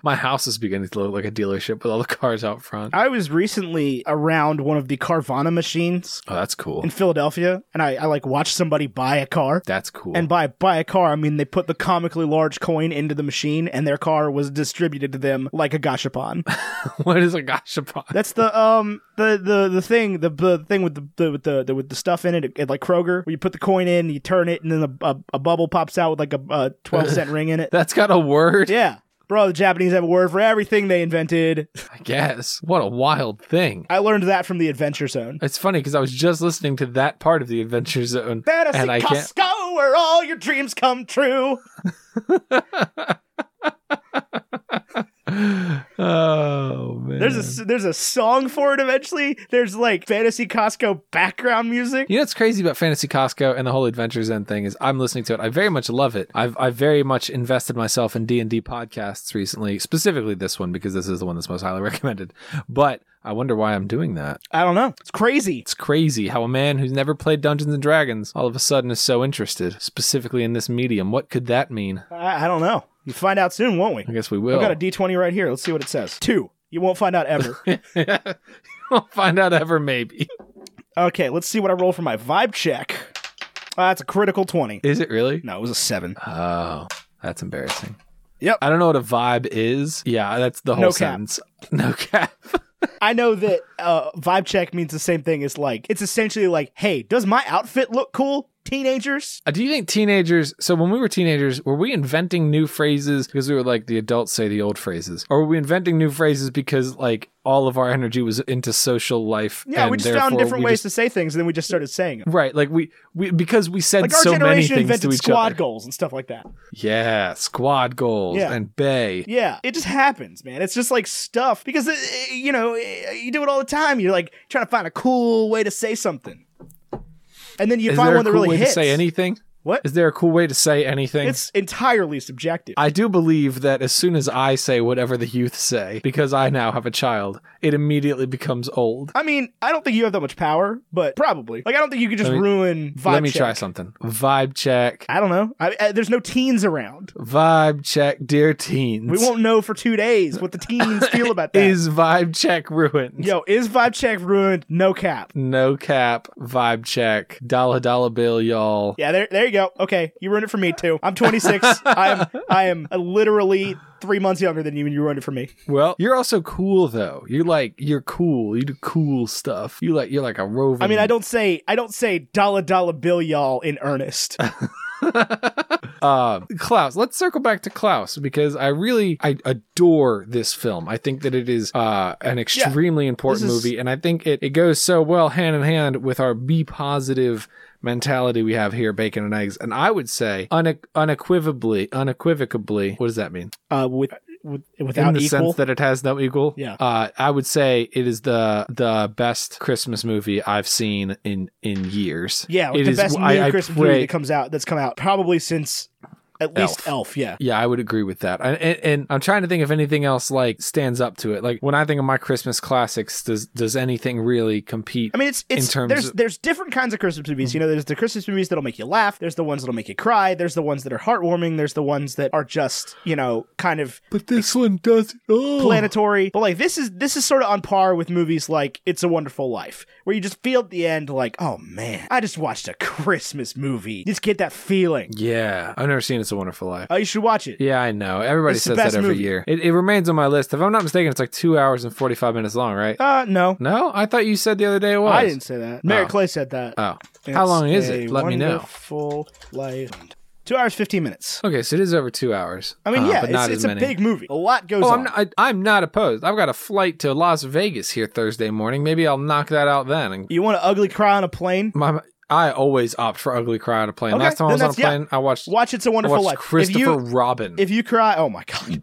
A: My house is beginning to look like a dealership with all the cars out front.
B: I was recently around one of the Carvana machines.
A: Oh, that's cool.
B: in Philadelphia, and I, I like watched somebody buy a car.
A: That's cool.
B: And by buy a car, I mean they put the comically large coin into the machine, and their car was distributed to them like a gashapon.
A: what is a gashapon?
B: That's the um the the the thing the, the thing with the, the with the, the with the stuff in it, at, like Kroger, where you put the coin in, you turn it, and then a, a, a bubble pops out with like a, a twelve cent ring in it.
A: That's got a word,
B: Yeah, bro, the Japanese have a word for everything they invented.
A: I guess. What a wild thing.
B: I learned that from the Adventure Zone.
A: It's funny because I was just listening to that part of the Adventure Zone,
B: Fantasy
A: and I can't.
B: Costco, where all your dreams come true.
A: Oh
C: man.
B: There's a s- there's a song for it eventually. There's like fantasy Costco background music.
A: You know what's crazy about Fantasy Costco and the whole Adventures End thing is I'm listening to it. I very much love it. I've I very much invested myself in D and D podcasts recently, specifically this one because this is the one that's most highly recommended. But I wonder why I'm doing that.
B: I don't know. It's crazy.
A: It's crazy how a man who's never played Dungeons and Dragons all of a sudden is so interested, specifically in this medium. What could that mean?
B: I, I don't know. You find out soon, won't we?
A: I guess we will.
B: I've got a D20 right here. Let's see what it says. Two. You won't find out ever.
A: we'll find out ever, maybe.
B: okay, let's see what I roll for my vibe check. Ah, that's a critical 20.
A: Is it really?
B: No, it was a seven.
A: Oh, that's embarrassing.
B: Yep.
A: I don't know what a vibe is. Yeah, that's the whole
B: No cap.
A: sentence. No cap.
B: I know that uh, vibe check means the same thing as like, it's essentially like, hey, does my outfit look cool, teenagers?
A: Uh, Do you think teenagers? So when we were teenagers, were we inventing new phrases because we were like the adults say the old phrases, or were we inventing new phrases because like all of our energy was into social life?
B: Yeah, we
A: and
B: just found
A: therefore
B: different
A: we just-
B: ways to say things and then we just started saying them.
A: right, like we we because we said
B: Like our
A: so many
B: generation
A: things to
B: invented
A: each
B: squad
A: other.
B: goals and stuff like that.
A: Yeah, squad goals
B: Yeah.
A: and bay.
B: Yeah, it just happens, man. It's just like stuff because uh, you know uh, you do it all the time. You're like trying to find a cool way to say something, and then you
A: Is
B: find
A: there a
B: one that
A: cool
B: really
A: way
B: hits.
A: to say anything?
B: What?
A: Is there a cool way to say anything?
B: It's entirely subjective.
A: I do believe that as soon as I say whatever the youth say, because I now have a child, it immediately becomes old.
B: I mean, I don't think you have that much power, but probably. Like, I don't think you could just
A: Let me-
B: ruin vibe.
A: Let me
B: check.
A: try something. Vibe check.
B: I don't know. I, I, there's no teens around.
A: Vibe check, dear teens.
B: We won't know for two days what the teens feel about that.
A: Is vibe check ruined?
B: Yo, is vibe check ruined? No cap.
A: No cap, vibe check, dollar dollar bill, y'all.
B: Yeah, there, there you go. Okay, you ruined it for me too. I'm 26. I am, I am literally three months younger than you, and you ruined it for me.
A: Well, you're also cool though. You're like you're cool. You do cool stuff. You like you're like a rover.
B: I mean, I don't say, I don't say dollar dollar bill, y'all, in earnest.
A: Uh, Klaus, let's circle back to Klaus because I really I adore this film. I think that it is uh, an extremely important
B: This is-
A: movie, and I think it, it goes so well hand in hand with our be positive mentality we have here, bacon and eggs. And I would say unequ- unequivocally, unequivocally, what does that mean?
B: Uh, with, with
A: in
B: without
A: the
B: equal.
A: sense that it has no equal.
B: Yeah.
A: Uh, I would say it is the the best Christmas movie I've seen in in years.
B: yeah,
A: It
B: with the
A: is-
B: best new
A: I- I
B: Christmas
A: pray-
B: movie that comes out, that's come out probably since at least
A: Elf.
B: Elf. Yeah,
A: Yeah, I would agree with that. And, and, and I'm trying to think if anything else like stands up to it. Like when I think of my Christmas classics, does does anything really compete?
B: I mean, it's it's
A: terms
B: there's
A: of-
B: there's different kinds of Christmas movies. You know, there's the Christmas movies that'll make you laugh. There's the ones that'll make you cry. There's the ones that are heartwarming. There's the ones that are just you know kind of
A: but this one does it all.
B: planetary. But like this is this is sort of on par with movies like It's a Wonderful Life, where you just feel at the end like, oh man, I just watched a Christmas movie. You just get that feeling.
A: yeah, I've never seen It's a Wonderful Life.
B: Oh, you should watch it.
A: yeah, I know. Everybody
B: It's the
A: says that
B: best
A: every
B: movie.
A: year. It, it remains on my list. If I'm not mistaken, it's like two hours and 45 minutes long, right?
B: Uh, no,
A: no, I thought you said the other day it was.
B: I didn't say that. Mary
A: Oh.
B: Clay said that.
A: Oh, how long is it? Let me know.
B: Wonderful life. Two hours fifteen minutes.
A: Okay, so it is over two hours.
B: I mean,
A: Uh,
B: yeah,
A: but
B: it's,
A: not
B: it's
A: as
B: a
A: many.
B: big movie. A lot goes
A: Oh,
B: on.
A: I'm not, I, I'm not opposed. I've got a flight to Las Vegas here Thursday morning. Maybe I'll knock that out then and
B: you want to ugly cry on a plane?
A: My, I always opt for ugly cry on a plane.
B: Okay,
A: Last time I
B: then
A: was on a
B: that's- yeah.
A: plane, I watched,
B: Watch It's a
A: I
B: Wonderful
A: watched
B: Life.
A: Christopher
B: If you
A: Robin.
B: if you cry, oh my god,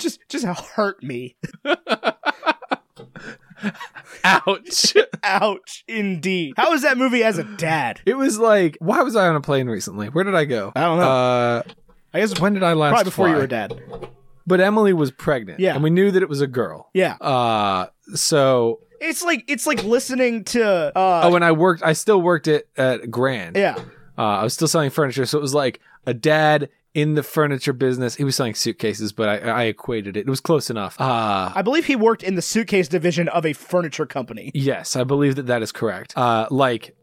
B: just just hurt me.
A: Ouch.
B: Ouch, indeed. How is that movie as a dad?
A: it was like, why was I on a plane recently? Where did I go?
B: I don't know.
A: Uh,
B: I guess
A: when did I last
B: probably before you
A: fly?
B: were a dad.
A: But Emily was pregnant.
B: Yeah.
A: And we knew that it was a girl.
B: Yeah,
A: Uh, so,
B: it's like it's like listening to. Uh,
A: oh, and I worked, I still worked it at Grand.
B: yeah,
A: Uh, I was still selling furniture, so it was like a dad in the furniture business. He was selling suitcases, but I, I equated it. It was close enough. Uh,
B: I believe he worked in the suitcase division of a furniture company.
A: yes, I believe that that is correct. Uh, like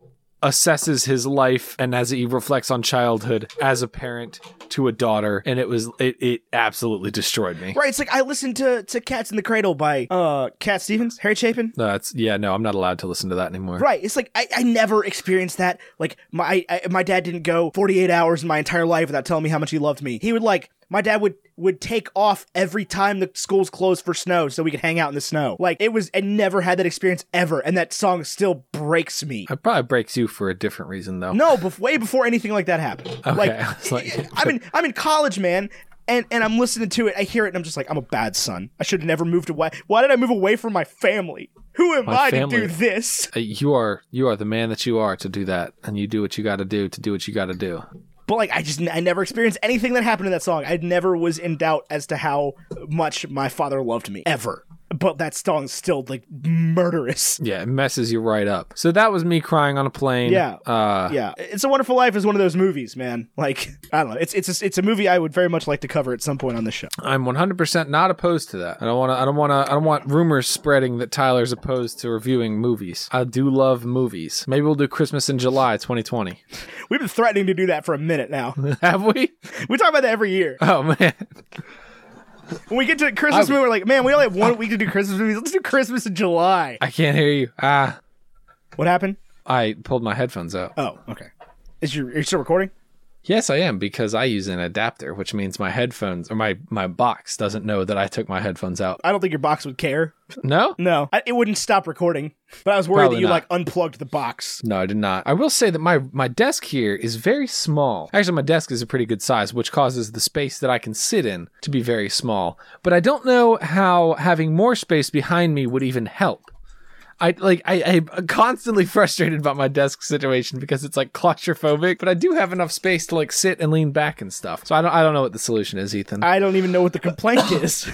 A: assesses his life and as he reflects on childhood as a parent to a daughter, and it was it, it absolutely destroyed me.
B: Right, it's like I listened to to Cats in the Cradle by uh Cat Stevens, Harry Chapin.
A: No, That's yeah, no, I'm not allowed to listen to that anymore.
B: Right, it's like I, I never experienced that. Like my I, my dad didn't go 48 hours in my entire life without telling me how much he loved me. He would like my dad would would take off every time the schools closed for snow so we could hang out in the snow. Like it was I never had that experience ever and that song still breaks me.
A: It probably breaks you for a different reason though.
B: No, bef- way before anything like that happened.
A: Okay,
B: Like,
A: I was like-
B: I'm in I'm in college, man. And and I'm listening to it. I hear it, and I'm just like, I'm a bad son. I should have never moved away. Why did I move away from my family? Who am
A: My
B: I
A: family.
B: to do this?
A: Uh, You are you are the man that you are to do that, and you do what you got to do to do what you got to do.
B: But like, I just I never experienced anything that happened in that song. I never was in doubt as to how much my father loved me ever. But that song's still like murderous.
A: Yeah, it messes you right up. So that was me crying on a plane.
B: Yeah.
A: Uh,
B: Yeah, It's a Wonderful Life is one of those movies, man. Like I don't know, it's it's a, it's a movie I would very much like to cover at some point on the show.
A: I'm 100% not opposed to that. I don't want to I don't want to I don't want rumors spreading that Tyler's opposed to reviewing movies. I do love movies. Maybe we'll do Christmas in July 2020.
B: We've been threatening to do that for a minute now.
A: Have we?
B: we talk about that every year.
A: Oh man.
B: When we get to Christmas movie, we're like, man, we only have one week to do Christmas movies. Let's do Christmas in July.
A: I can't hear you. Ah,
B: What happened?
A: I pulled my headphones out.
B: Oh, okay. Is your are you still recording?
A: Yes, I am because I use an adapter, which means my headphones or my my box doesn't know that I took my headphones out.
B: I don't think your box would care.
A: No?
B: No, I, it wouldn't stop recording. But I was worried
A: Probably
B: that you
A: not.
B: like unplugged the box.
A: No, I did not. I will say that my my desk here is very small. Actually, my desk is a pretty good size, which causes the space that I can sit in to be very small. But I don't know how having more space behind me would even help. I like I, I'm constantly frustrated about my desk situation because it's like claustrophobic, but I do have enough space to like sit and lean back and stuff. So I don't I don't know what the solution is, Ethan.
B: I don't even know what the complaint is.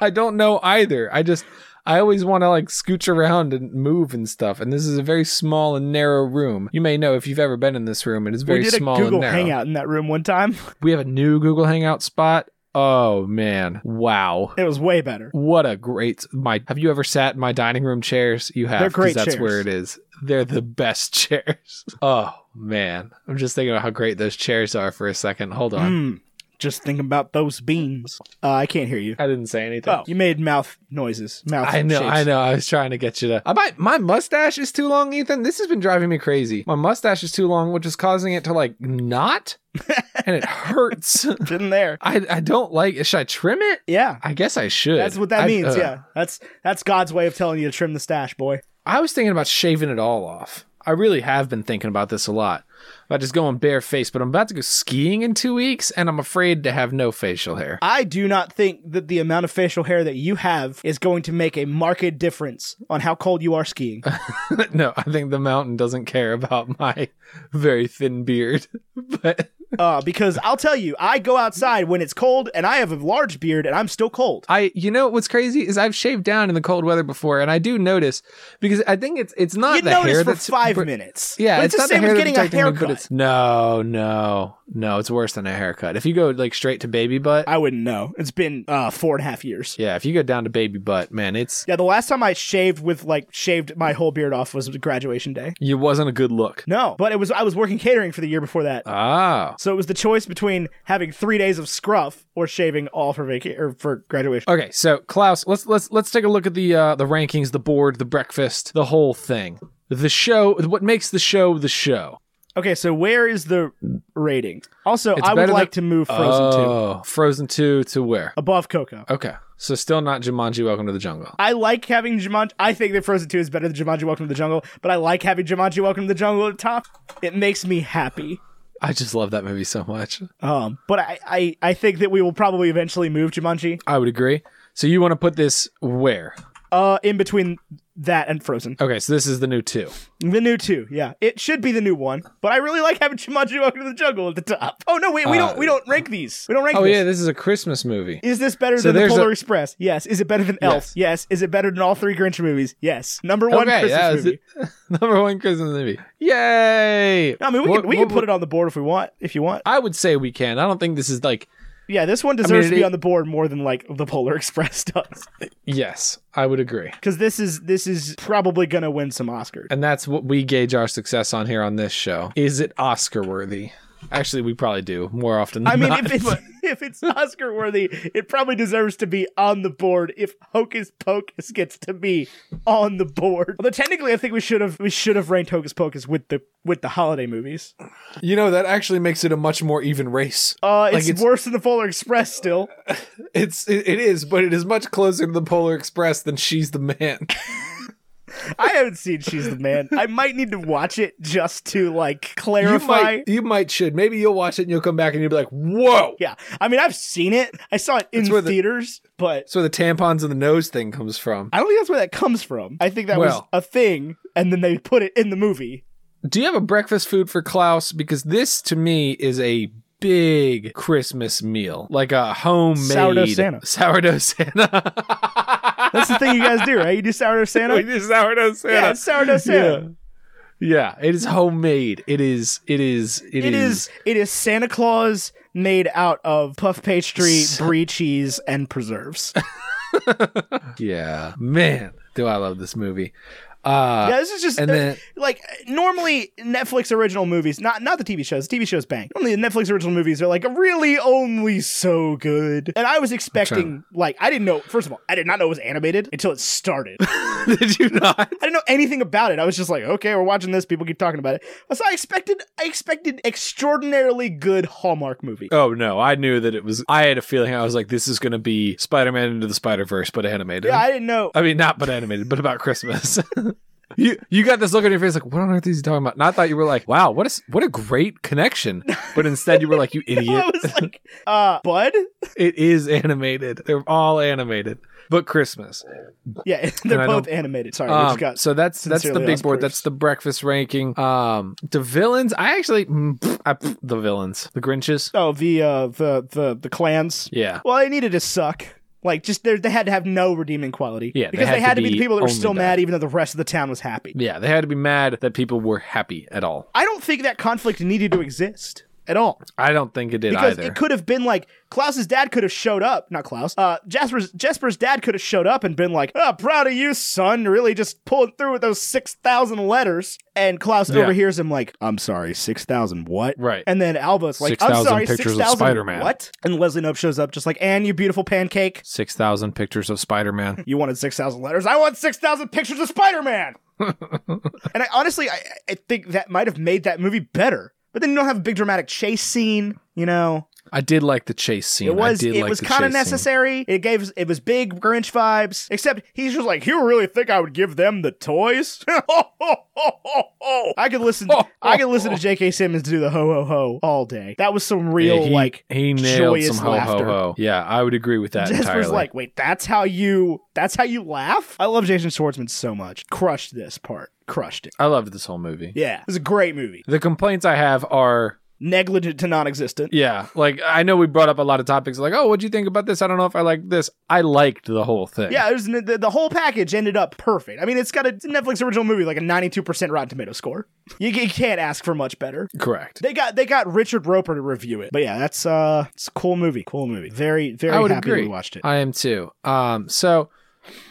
A: I don't know either. I just I always want to like scooch around and move and stuff. And this is a very small and narrow room. You may know if you've ever been in this room. It is very
B: we did a
A: small
B: Google
A: and narrow.
B: Hangout in that room one time.
A: We have a new Google Hangout spot. Oh man, wow.
B: It was way better.
A: What a great my have you ever sat in my dining room chairs? You have
B: They're great
A: 'cause that's
B: chairs.
A: where it is. They're the best chairs. Oh man. I'm just thinking about how great those chairs are for a second. Hold on.
B: Mm, just thinking about those beans. Uh, I can't hear you.
A: I didn't say anything.
B: Oh, you made mouth noises. Mouth.
A: I know,
B: shapes.
A: I know. I was trying to get you to. I might, my mustache is too long, Ethan. This has been driving me crazy. My mustache is too long, which is causing it to like knot, and it hurts.
B: It's in there.
A: I, I don't like. it. Should I trim it?
B: Yeah.
A: I guess I should.
B: That's what that
A: I-
B: means.
A: uh,
B: yeah. That's that's God's way of telling you to trim the stash, boy.
A: I was thinking about shaving it all off. I really have been thinking about this a lot. About just going barefaced, but I'm about to go skiing in two weeks, and I'm afraid to have no facial hair.
B: I do not think that the amount of facial hair that you have is going to make a marked difference on how cold you are skiing.
A: no, I think the mountain doesn't care about my very thin beard, but.
B: uh, because I'll tell you, I go outside when it's cold and I have a large beard and I'm still cold.
A: I you know what's crazy is I've shaved down in the cold weather before, and I do notice because I think it's it's not
B: You
A: the
B: notice
A: hair
B: for
A: that's
B: five
A: br-
B: minutes.
A: Yeah,
B: But it's,
A: not
B: the same
A: the hair
B: as
A: that's
B: getting a
A: protecting me,
B: haircut.
A: but it's- no, no, no. It's worse than a haircut. If you go like straight to baby butt,
B: I wouldn't know. It's been uh, four and a half years.
A: yeah. If you go down to baby butt, man, it's
B: Yeah, the last time I shaved with like shaved my whole beard off was graduation day.
A: it wasn't a good look.
B: No, but it was I was working catering for the year before that.
A: Oh,
B: So it was the choice between having three days of scruff or shaving all for vaca- or for graduation.
A: okay. So Klaus, let's let's let's take a look at the uh, the rankings, the board, the breakfast, the whole thing. The show, what makes the show the show?
B: Okay, so where is the rating? Also, I
A: better
B: would
A: than-
B: like to move Frozen two
A: oh, Frozen two to where?
B: above Coco.
A: Okay, so still not Jumanji. Welcome to the jungle.
B: I like having Jumanji. I think that Frozen Two is better than Jumanji: Welcome to the Jungle, but I like having Jumanji: Welcome to the Jungle at the top. It makes me happy.
A: I just love that movie so much.
B: Um, but I, I, I think that we will probably eventually move Jumanji.
A: I would agree. So you want to put this where?
B: Uh, in between that and Frozen,
A: Okay, so this is the new two.
B: the new two. Yeah, it should be the new one. But I really like having Jumanji: Welcome to the Jungle at the top. Oh no, wait, we don't, we don't rank these. We don't rank.
A: Uh, Oh
B: this.
A: yeah, this is a Christmas movie.
B: Is this better than the
A: there's
B: Polar
A: a-
B: Express? Yes. Is it better than Elf?
A: Yes.
B: Yes. Is it better than all three Grinch movies? Yes. Number one
A: okay,
B: Christmas
A: yeah, it's
B: movie.
A: the- number one Christmas movie. Yay!
B: I mean, we
A: What-
B: can we
A: what
B: can put it on the board if we want. If you want.
A: I would say we can. I don't think this is like.
B: Yeah, this one deserves
A: it
B: to be
A: is-
B: on the board more than like the Polar Express does,
A: Yes, I would agree.
B: because this is this is probably gonna win some Oscars.
A: And that's what we gauge our success on here on this show. Is it Oscar worthy? Actually, we probably do more often than
B: I mean,
A: not.
B: if it's if it's Oscar worthy, it probably deserves to be on the board. If Hocus Pocus gets to be on the board, although technically, I think we should have we should have ranked Hocus Pocus with the with the holiday movies.
A: you know, that actually makes it a much more even race.
B: Uh, it's,
A: it's-
B: worse than the Polar Express still.
A: It's it, it is, but it is much closer to the Polar Express than she's the man.
B: I haven't seen She's the Man. I might need to watch it just to like
A: You
B: clarify.
A: might, you might should. Maybe you'll watch it and you'll come back and you'll be like, whoa.
B: Yeah, I mean, I've seen it. I saw it in
A: That's where the-
B: theaters, but
A: That's where the tampons and the nose thing comes from.
B: I don't think that's where that comes from. I think that was
A: Well.
B: a thing, and then they put it in the movie.
A: Do you have a breakfast food for Klaus? Because this to me is a big Christmas meal, like a homemade
B: Sourdough Santa.
A: Sourdough Santa.
B: That's the thing you guys do, right? You do sourdough Santa.
A: we do sourdough
B: Yeah,
A: Santa.
B: it's sourdough Santa.
A: Yeah, it is homemade. It is. It is.
B: It is it is Santa Claus made out of puff pastry,
A: S-
B: brie cheese, and preserves.
A: Yeah, man, do I love this movie. Uh,
B: yeah, this is just
A: and then-
B: like normally Netflix original movies, not not the TV shows. The TV shows bang. Normally the Netflix original movies are like really only so good. And I was expecting like I didn't know. First of all, I did not know it was animated until it started. I
A: Did you not?
B: didn't know anything about it. I was just like, okay, we're watching this. People keep talking about it. So I expected I expected extraordinarily good Hallmark movie.
A: Oh no, I knew that it was. I had a feeling. I was like, this is going to be Spider-Man into the Spider-Verse, but animated.
B: yeah, I didn't know.
A: I mean, not but animated, but about Christmas. you you got this look on your face like, what on earth is he talking about? And I thought you were like, wow, what is what a great connection. But instead, you were like, you
B: I
A: idiot.
B: was like, uh, Bud?
A: It is animated. They're all animated, but Christmas.
B: Yeah, they're
A: I
B: both animated. Sorry, we
A: Um,
B: just got
A: so that's that's the
B: sincerely
A: big
B: us
A: board.
B: proofs.
A: That's the breakfast ranking. Um, the villains. I actually mm, pff, I, pff, the villains, the Grinches.
B: oh the uh the the the clans.
A: Yeah,
B: Well, they needed to suck. Like just they they had to have no redeeming quality.
A: Yeah, they
B: because
A: had
B: they
A: to
B: had to be,
A: be
B: the people that were
A: only
B: still
A: that.
B: mad, even though the rest of the town was happy.
A: yeah. They had to be mad that people were happy at all.
B: I don't think that conflict needed to exist at all
A: I don't think it did
B: because
A: either.
B: it could have been like Klaus's dad could have showed up, not Klaus. Uh, Jasper's Jesper's dad could have showed up and been like, "Oh, proud of you, son. Really, just pulling through with those six thousand letters." And Klaus
A: Yeah.
B: overhears him like, "I'm sorry, six thousand what?"
A: Right.
B: And then Alba's like, "I'm
A: 6,000
B: sorry,
A: pictures
B: six
A: of
B: thousand
A: Spider-Man."
B: what?" And Leslie Nope shows up just like, "And you beautiful pancake."
A: Six thousand pictures of Spider Man.
B: You wanted 6,000 letters. I want 6,000 pictures of Spider Man. and I honestly, I, I think that might have made that movie better. But then you don't have a big dramatic chase scene, you know.
A: I did like the chase scene.
B: It was
A: I did
B: it
A: like
B: was
A: the
B: kind of
A: chase scene.
B: necessary. It gave it was big Grinch vibes. Except he's just like, you really think I would give them the toys? I could listen. I could listen to J.K. Simmons do the ho ho ho all day. That was some real
A: Yeah, he,
B: like
A: he nailed
B: joyous
A: some ho ho
B: laughter.
A: ho. Yeah, I would agree with that
B: Jesper's
A: entirely.
B: like, wait, that's how you that's how you laugh? I love Jason Schwartzman so much. Crushed this part. Crushed it.
A: I loved this whole movie.
B: Yeah. It was a great movie.
A: The complaints I have are
B: Negligent to non existent.
A: Yeah, like I know we brought up a lot of topics. Like, oh, what'd you think about this? I don't know if I like this. I liked the whole thing.
B: Yeah, it was, the, the whole package ended up perfect. I mean, it's got a it's a Netflix original movie, like a 92% Rotten Tomato score. You, you can't ask for much better.
A: correct.
B: They got they got Richard Roper to review it. But yeah, that's uh it's a cool movie. Cool movie. Very, very
A: I would
B: happy
A: agree.
B: we watched it.
A: I am too. Um, so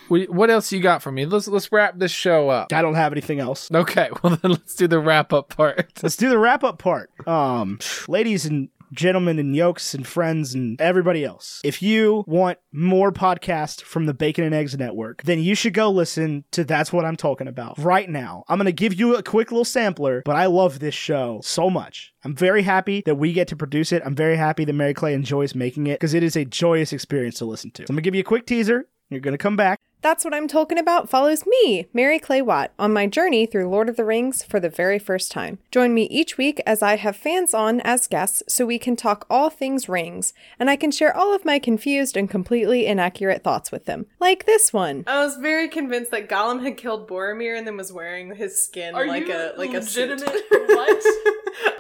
A: we, what else you got for me? Let's let's wrap this show up.
B: I don't have anything else.
A: Okay, well then let's do the wrap up part.
B: Let's do the wrap up part. Um, ladies and gentlemen and yokes and friends and everybody else. If you want more podcast from the Bacon and Eggs Network, then you should go listen to That's What I'm Talking About right now. I'm going to give you a quick little sampler, but I love this show so much. I'm very happy that we get to produce it. I'm very happy that Mary Clay enjoys making it because it is a joyous experience to listen to. So I'm going to give you a quick teaser. You're going to come back.
C: That's what I'm talking about follows me, Mary Clay Watt, on my journey through Lord of the Rings for the very first time. Join me each week as I have fans on as guests so we can talk all things rings, and I can share all of my confused and completely inaccurate thoughts with them. Like this one.
D: I was very convinced that Gollum had killed Boromir and then was wearing his skin
E: Are
D: like
E: you
D: a like a suit.
E: legitimate? What?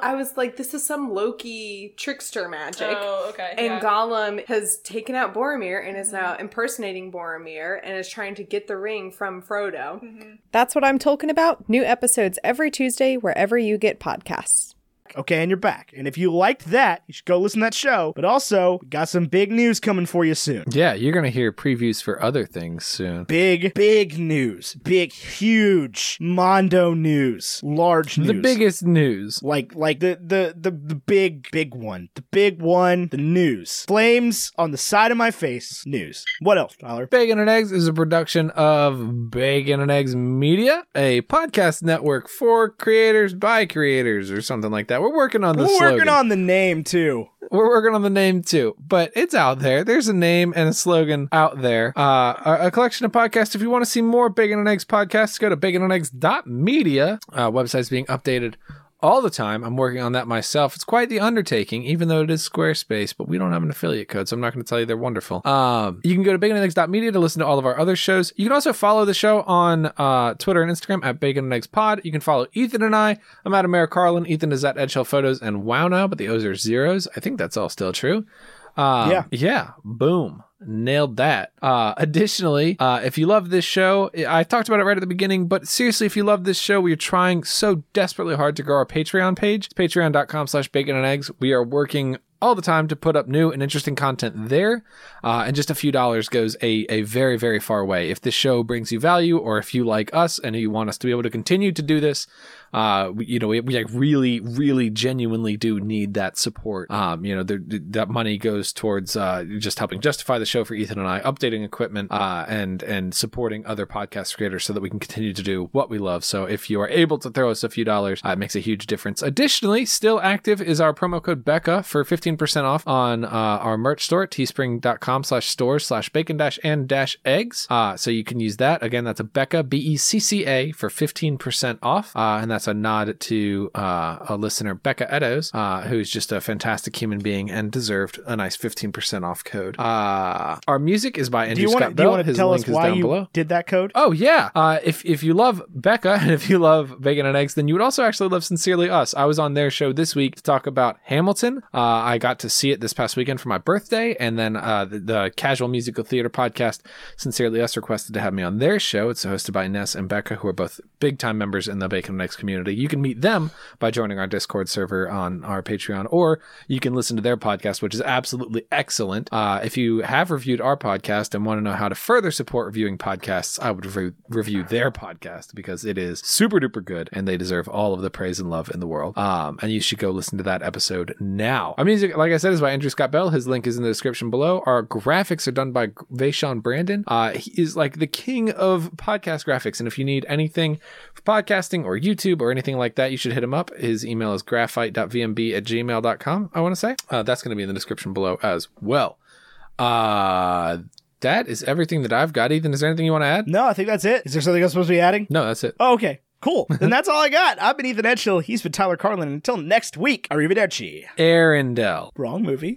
D: I was like, this is some Loki trickster magic.
E: Oh, okay.
D: And
E: yeah. Mm-hmm.
D: Gollum has taken out Boromir and is now impersonating Boromir and is trying to get the ring from Frodo.
E: Mm-hmm.
C: That's what I'm talking about. New episodes every Tuesday, wherever you get podcasts.
B: Okay, and you're back. And if you liked that, you should go listen to that show. But also, we got some big news coming for you soon.
A: Yeah, you're gonna hear previews for other things soon.
B: Big, big news. Big, huge Mondo news. Large news.
A: The biggest news.
B: Like, like the, the the the big big one, the big one, the news. Flames on the side of my face. News. What else, Tyler?
A: Bacon and Eggs is a production of Bacon and Eggs Media, a podcast network for creators by creators or something like that. We're working on the
B: We're
A: slogan.
B: working on the name too.
A: We're working on the name too, but it's out there. There's a name and a slogan out there. Uh, a, a collection of podcasts. If you want to see more Bacon and Eggs podcasts, go to baconandeggs.media. Uh, website's being updated all the time. I'm working on that myself. It's quite the undertaking, even though it is Squarespace, but we don't have an affiliate code, so I'm not going to tell you they're wonderful. Um, you can go to baconandeggs.media to listen to all of our other shows. You can also follow the show on uh, Twitter and Instagram at Bacon and Eggs Pod. You can follow Ethan and I. I'm at Amara Carlin. Ethan is at Edgehell Photos and Wow Now, but the O's are zeros. I think that's all still true. Um,
B: Yeah.
A: Yeah. Boom. Nailed that. Uh, additionally, uh, if you love this show, I I talked about it right at the beginning, but seriously, if you love this show, we are trying so desperately hard to grow our Patreon page. It's patreon.com slash bacon and eggs. We are working all the time to put up new and interesting content there. Uh, and just a few dollars goes a, a very, very far way. If this show brings you value or if you like us and you want us to be able to continue to do this, uh, we, you know, we, we like really, really genuinely do need that support. Um, you know, there, that money goes towards uh, just helping justify the show for Ethan and I, updating equipment, uh, and and supporting other podcast creators so that we can continue to do what we love. So if you are able to throw us a few dollars, uh, it makes a huge difference. Additionally, still active is our promo code Becca for fifteen percent off on uh, our merch store at teespring.com slash store slash bacon dash and dash eggs. Uh, so you can use that. Again, that's a Becca, B E C C A, for 15% off. Uh, and that's a nod to uh, a listener, Becca Eddowes, uh, who's just a fantastic human being and deserved a nice 15% off code. Uh, our music is by
B: Do
A: Andrew
B: you
A: Scott
B: want to
A: Bell. His
B: tell
A: link
B: us
A: is
B: why
A: down
B: you
A: below.
B: did that code?
A: Oh yeah. Uh, if if you love Becca and if you love bacon and eggs, then you would also actually love Sincerely Us. I was on their show this week to talk about Hamilton. Uh, I got to see it this past weekend for my birthday, and then uh, the, the Casual Musical Theater podcast, Sincerely Us, requested to have me on their show. It's hosted by Ness and Becca, who are both big time members in the Bacon and Eggs community. You can meet them by joining our Discord server on our Patreon, or you can listen to their podcast, which is absolutely excellent. Uh, if you have reviewed our podcast and want to know how to further support reviewing podcasts, I would re- review their podcast because it is super duper good and they deserve all of the praise and love in the world. Um, and you should go listen to that episode now. Our music, like I said, is by Andrew Scott Bell. His link is in the description below. Our graphics are done by Vaishon Brandon. Uh, he is like the king of podcast graphics. And if you need anything for podcasting or YouTube or anything like that, you should hit him up. His email is graphite.vmb at gmail.com, I want to say. Uh, that's going to be in the description below as well. Uh, that is everything that I've got. Ethan, is there anything you want to add?
B: No, I think that's it. Is there something I'm supposed to be adding?
A: No, that's it.
B: Oh, okay. Cool. then that's all I got. I've been Ethan Edgehill. He's been Tyler Carlin. Until next week, arrivederci.
A: Arendelle.
B: Wrong movie.